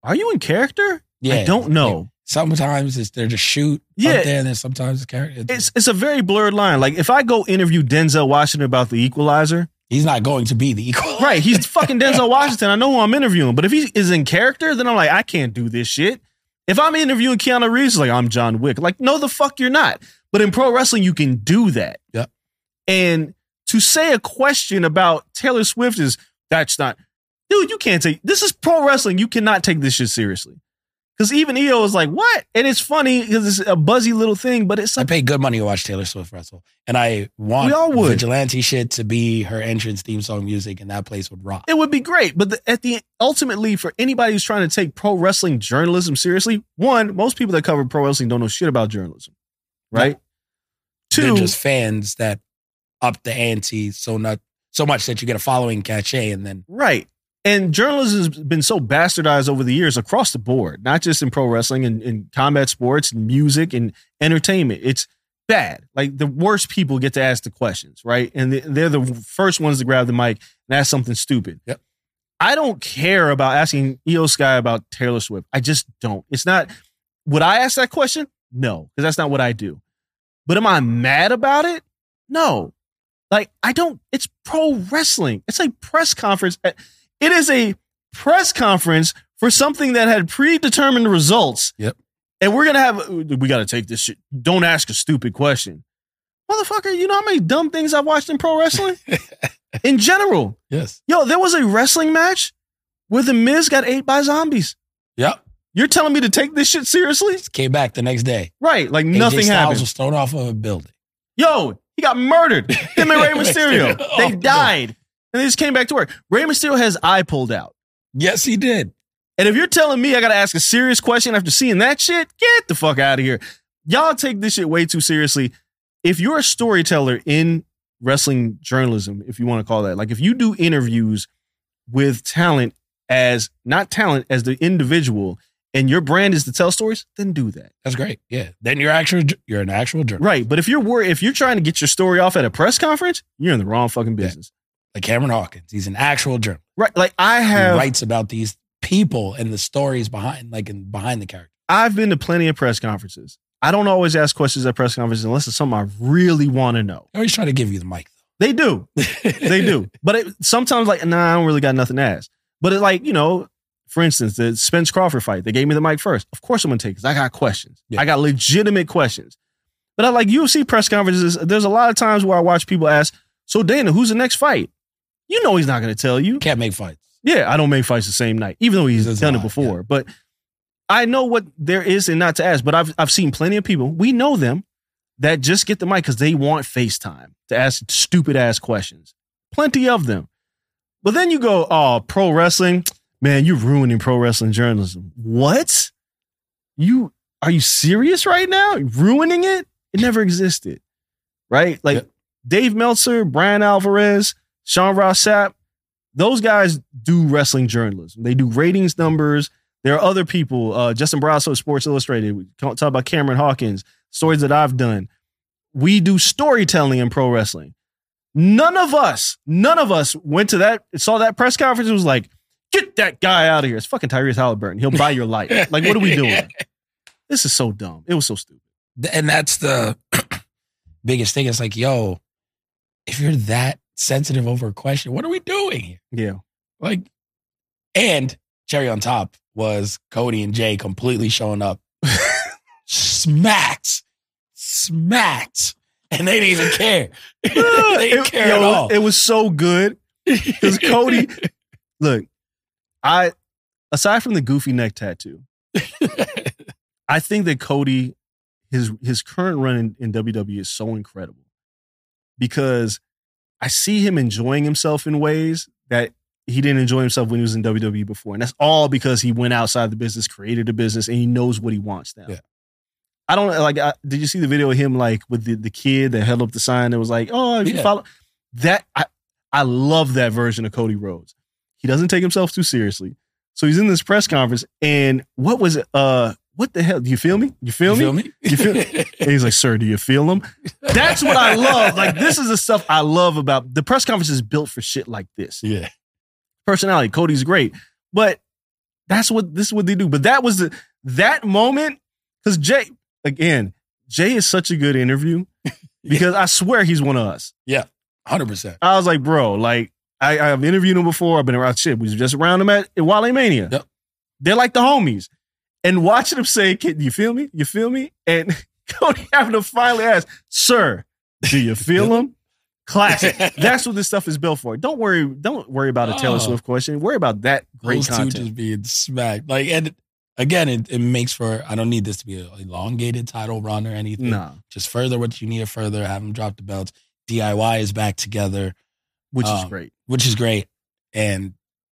are you in character?
Yeah.
I don't know.
Sometimes it's they're just shoot
Yeah.
up there, and then sometimes it's character.
It's it's a very blurred line. Like if I go interview Denzel Washington about the Equalizer,
he's not going to be the equal.
right? He's fucking Denzel Washington. I know who I'm interviewing, but if he is in character, then I'm like, I can't do this shit. If I'm interviewing Keanu Reeves, like I'm John Wick. Like no, the fuck you're not. But in pro wrestling, you can do that.
Yep.
And to say a question about Taylor Swift is that's not, dude. You can't take this is pro wrestling. You cannot take this shit seriously. Because even EO is like, what? And it's funny because it's a buzzy little thing, but it's
I
like,
pay good money to watch Taylor Swift wrestle, and I want
We all would.
vigilante shit to be her entrance theme song music, and that place would rock.
it would be great. But the, at the ultimately, for anybody who's trying to take pro wrestling journalism seriously, one, most people that cover pro wrestling don't know shit about journalism, right?
They're
Two,
just fans that up the ante so not so much that you get a following cachet, and then
right. And journalism has been so bastardized over the years across the board, not just in pro wrestling and in combat sports and music and entertainment. It's bad. Like the worst people get to ask the questions, right? And they- they're the first ones to grab the mic and ask something stupid.
Yep.
I don't care about asking EO Sky about Taylor Swift. I just don't. It's not. Would I ask that question? No, because that's not what I do. But am I mad about it? No. Like I don't. It's pro wrestling. It's a press conference. Uh, It is a press conference for something that had predetermined results.
Yep.
And we're gonna have. We got to take this shit. Don't ask a stupid question, motherfucker. You know how many dumb things I've watched in pro wrestling in general.
yes,
Yo, there was a wrestling match where the Miz got ate by zombies.
yep,
You're telling me to take this shit seriously?
came back the next day.
Right, like
AJ
nothing
Styles
happened.
was thrown off of a building.
Yo, He got murdered. Him and Rey Mysterio.
Mysterio.
They died. And they just came back to work. Rey Mysterio has eye pulled out.
Yes, he did.
And if you're telling me I got to ask a serious question after seeing that shit, get the fuck out of here. Y'all take this shit way too seriously. If you're a storyteller in wrestling journalism, if you want to call that, like if you do interviews with talent as not talent as the individual and your brand is to tell stories, then do that.
That's great. Yeah. Then you're actual. You're an actual journalist.
Right. But if you're worried, if you're trying to get your story off at a press conference, you're in the wrong fucking business.
Like Cameron Hawkins, he's an actual journalist.
Right. Like I
He
have
writes about these people and the stories behind, like, and behind the character.
I've been to plenty of press conferences. I don't always ask questions at press conferences unless it's something I really want to know.
I always try to give you the mic.
They do.
Though.
they do. But it, sometimes, like, nah, I don't really got nothing to ask. But it, like, you know, for instance, the Spence Crawford fight, they gave me the mic first. Of course, I'm gonna take because I got questions.
Yeah.
I got legitimate questions. But I like UFC press conferences. There's a lot of times where I watch people ask, "So Dana, who's the next fight?" You know, he's not gonna tell you.
Can't make fights.
Yeah, I don't make fights the same night, even though he's
That's
done
not-
it before. But I know what there is and not to ask. But I've I've seen plenty of people. We know them that just get the mic because they want FaceTime to ask stupid ass questions. Plenty of them. But then you go, oh, pro wrestling, man, you're ruining pro wrestling journalism. What? You are you serious right now? Ruining it? It never existed. Right? Like
Yeah.
Dave Meltzer, Brian Alvarez, Sean Ross Sapp, those guys do wrestling journalism. They do ratings numbers. There are other people, uh, Justin Brasso, Sports Illustrated. We talk about Cameron Hawkins, stories that I've done. We do storytelling in pro wrestling. None of us, none of us went to that, saw that press conference and was like, get that guy out of here. It's fucking Tyrese Halliburton. He'll buy your life. like, what are we doing? This is so dumb. It was so stupid.
Th- and that's the biggest thing. It's like, yo, if you're that sensitive over a question, what are we doing here?
Yeah.
Like, and cherry on top was Cody and Jay completely showing up, smacks, smacks, and they didn't even care. they didn't
it,
care
yo,
at all.
it was so good because Cody. look, I aside from the goofy neck tattoo, I think that Cody, his his current run in, in WWE is so incredible because I see him enjoying himself in ways that he didn't enjoy himself when he was in WWE before, and that's all because he went outside the business, created a business, and he knows what he wants now.
Yeah.
I don't like. I, did you see the video of him like with the, the kid that held up the sign that was like, "Oh, if you
Yeah.
follow that." I I love that version of Cody Rhodes. He doesn't take himself too seriously. So he's in this press conference, and what was it? Uh, what the hell? Do you feel me? You feel me?
You feel me?
And he's like, "Sir, do you feel him?" That's what I love. Like this is the stuff I love about the press conference is built for shit like this.
yeah.
Personality, Cody's great, but that's what this is what they do. But that was the that moment because Jay again, Jay is such a good interview because I swear he's one of us.
100%.
I was like, bro, like I, I've interviewed him before. I've been around shit. We was just around him at, at Wale Mania.
Yep.
They're like the homies. And watching him say, Kid, you feel me? You feel me? And Cody having to finally ask, sir, do you feel him? Classic. That's what this stuff is built for. Don't worry, don't worry about a Taylor
Oh.
Swift question. Worry about that great
Those
content.
two just being smacked. Like, and again, it, it makes for, I don't need this to be an elongated title run or anything.
nah.
Just further what you need to further, have them drop the belts. DIY is back together,
Which is
Um,
great.
which is great. And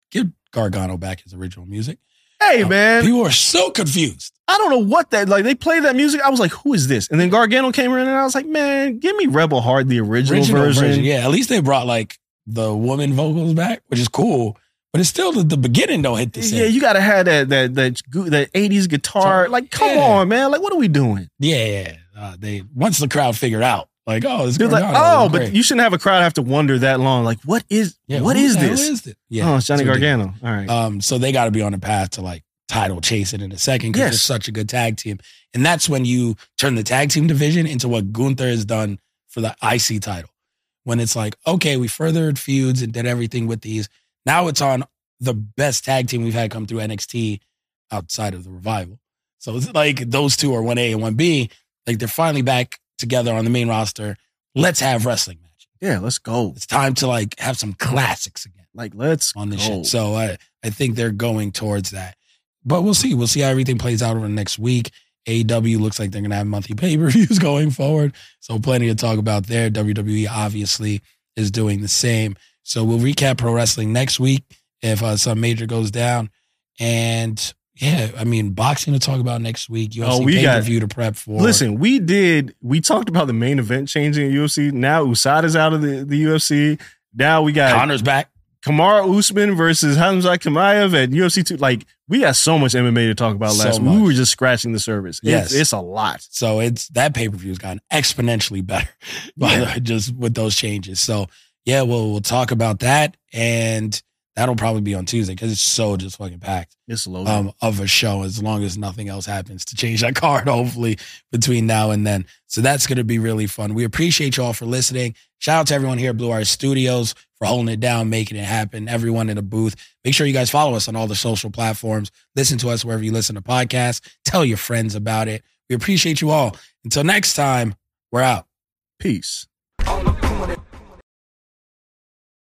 give Gargano back his original music.
Hey
um,
man,
People are so confused.
I don't know what that like. They played that music. I was like, "Who is this?" And then Gargano came in, and I was like, "Man, give me Rebel Heart, the original, version.
Yeah, at least they brought like the woman vocals back, which is cool. But it's still the, the beginning don't hit the same.
Yeah, you gotta have that that that gu- that eighties guitar.
Guitar.
Like, come
Yeah.
on, man! Like, what are we doing?
Yeah, yeah. Uh, they once the crowd figured out, like, oh, it's
They're like, oh, but you shouldn't have a crowd have to wonder that long. Like, what is what is this?
Yeah,
oh, it's Johnny
so they-
Gargano. All right,
Um, so they got to be on the path to like title chasing in a second because
Yes.
it's such a good tag team, and that's when you turn the tag team division into what Gunther has done for the IC title. When it's like, okay, we furthered feuds and did everything with these. Now it's on the best tag team we've had come through NXT outside of the revival. So it's like those two are one A and one B. Like they're finally back together on the main roster. Let's have wrestling match.
yeah, let's go.
It's time to like have some classics again
Like, let's
on this
go.
shit. So I I think they're going towards that. But we'll see. We'll see how everything plays out over the next week. AW looks like they're going to have monthly pay per views going forward. So, plenty to talk about there. WWE obviously is doing the same. So, we'll recap pro wrestling next week if uh, some major goes down. And yeah, I mean, boxing to talk about next week. UFC
Oh, we
pay
got-
per view to prep for.
Listen, we did. We talked about the main event changing at UFC. Now Usada's out of the, the UFC. Now we got
Connor's back.
Kamara Usman versus Hamza Kamayev at UFC two. Like we got so much MMA to talk about
So
last.
much.
week. We were just scratching the surface.
Yes.
It's- it's a lot.
So it's that pay per view's gotten exponentially better by the- just with those changes. So yeah, we'll we'll talk about that, and that'll probably be on Tuesday because it's so just fucking packed
It's loaded.
um, of a show. As long as nothing else happens to change that card, hopefully between now and then. So that's gonna be really fun. We appreciate y'all for listening. Shout out to everyone here at Blue Wire Studios for holding it down, making it happen. Everyone in the booth. Make sure you guys follow us on all the social platforms. Listen to us wherever you listen to podcasts. Tell your friends about it. We appreciate you all. Until next time, we're out.
Peace.
On the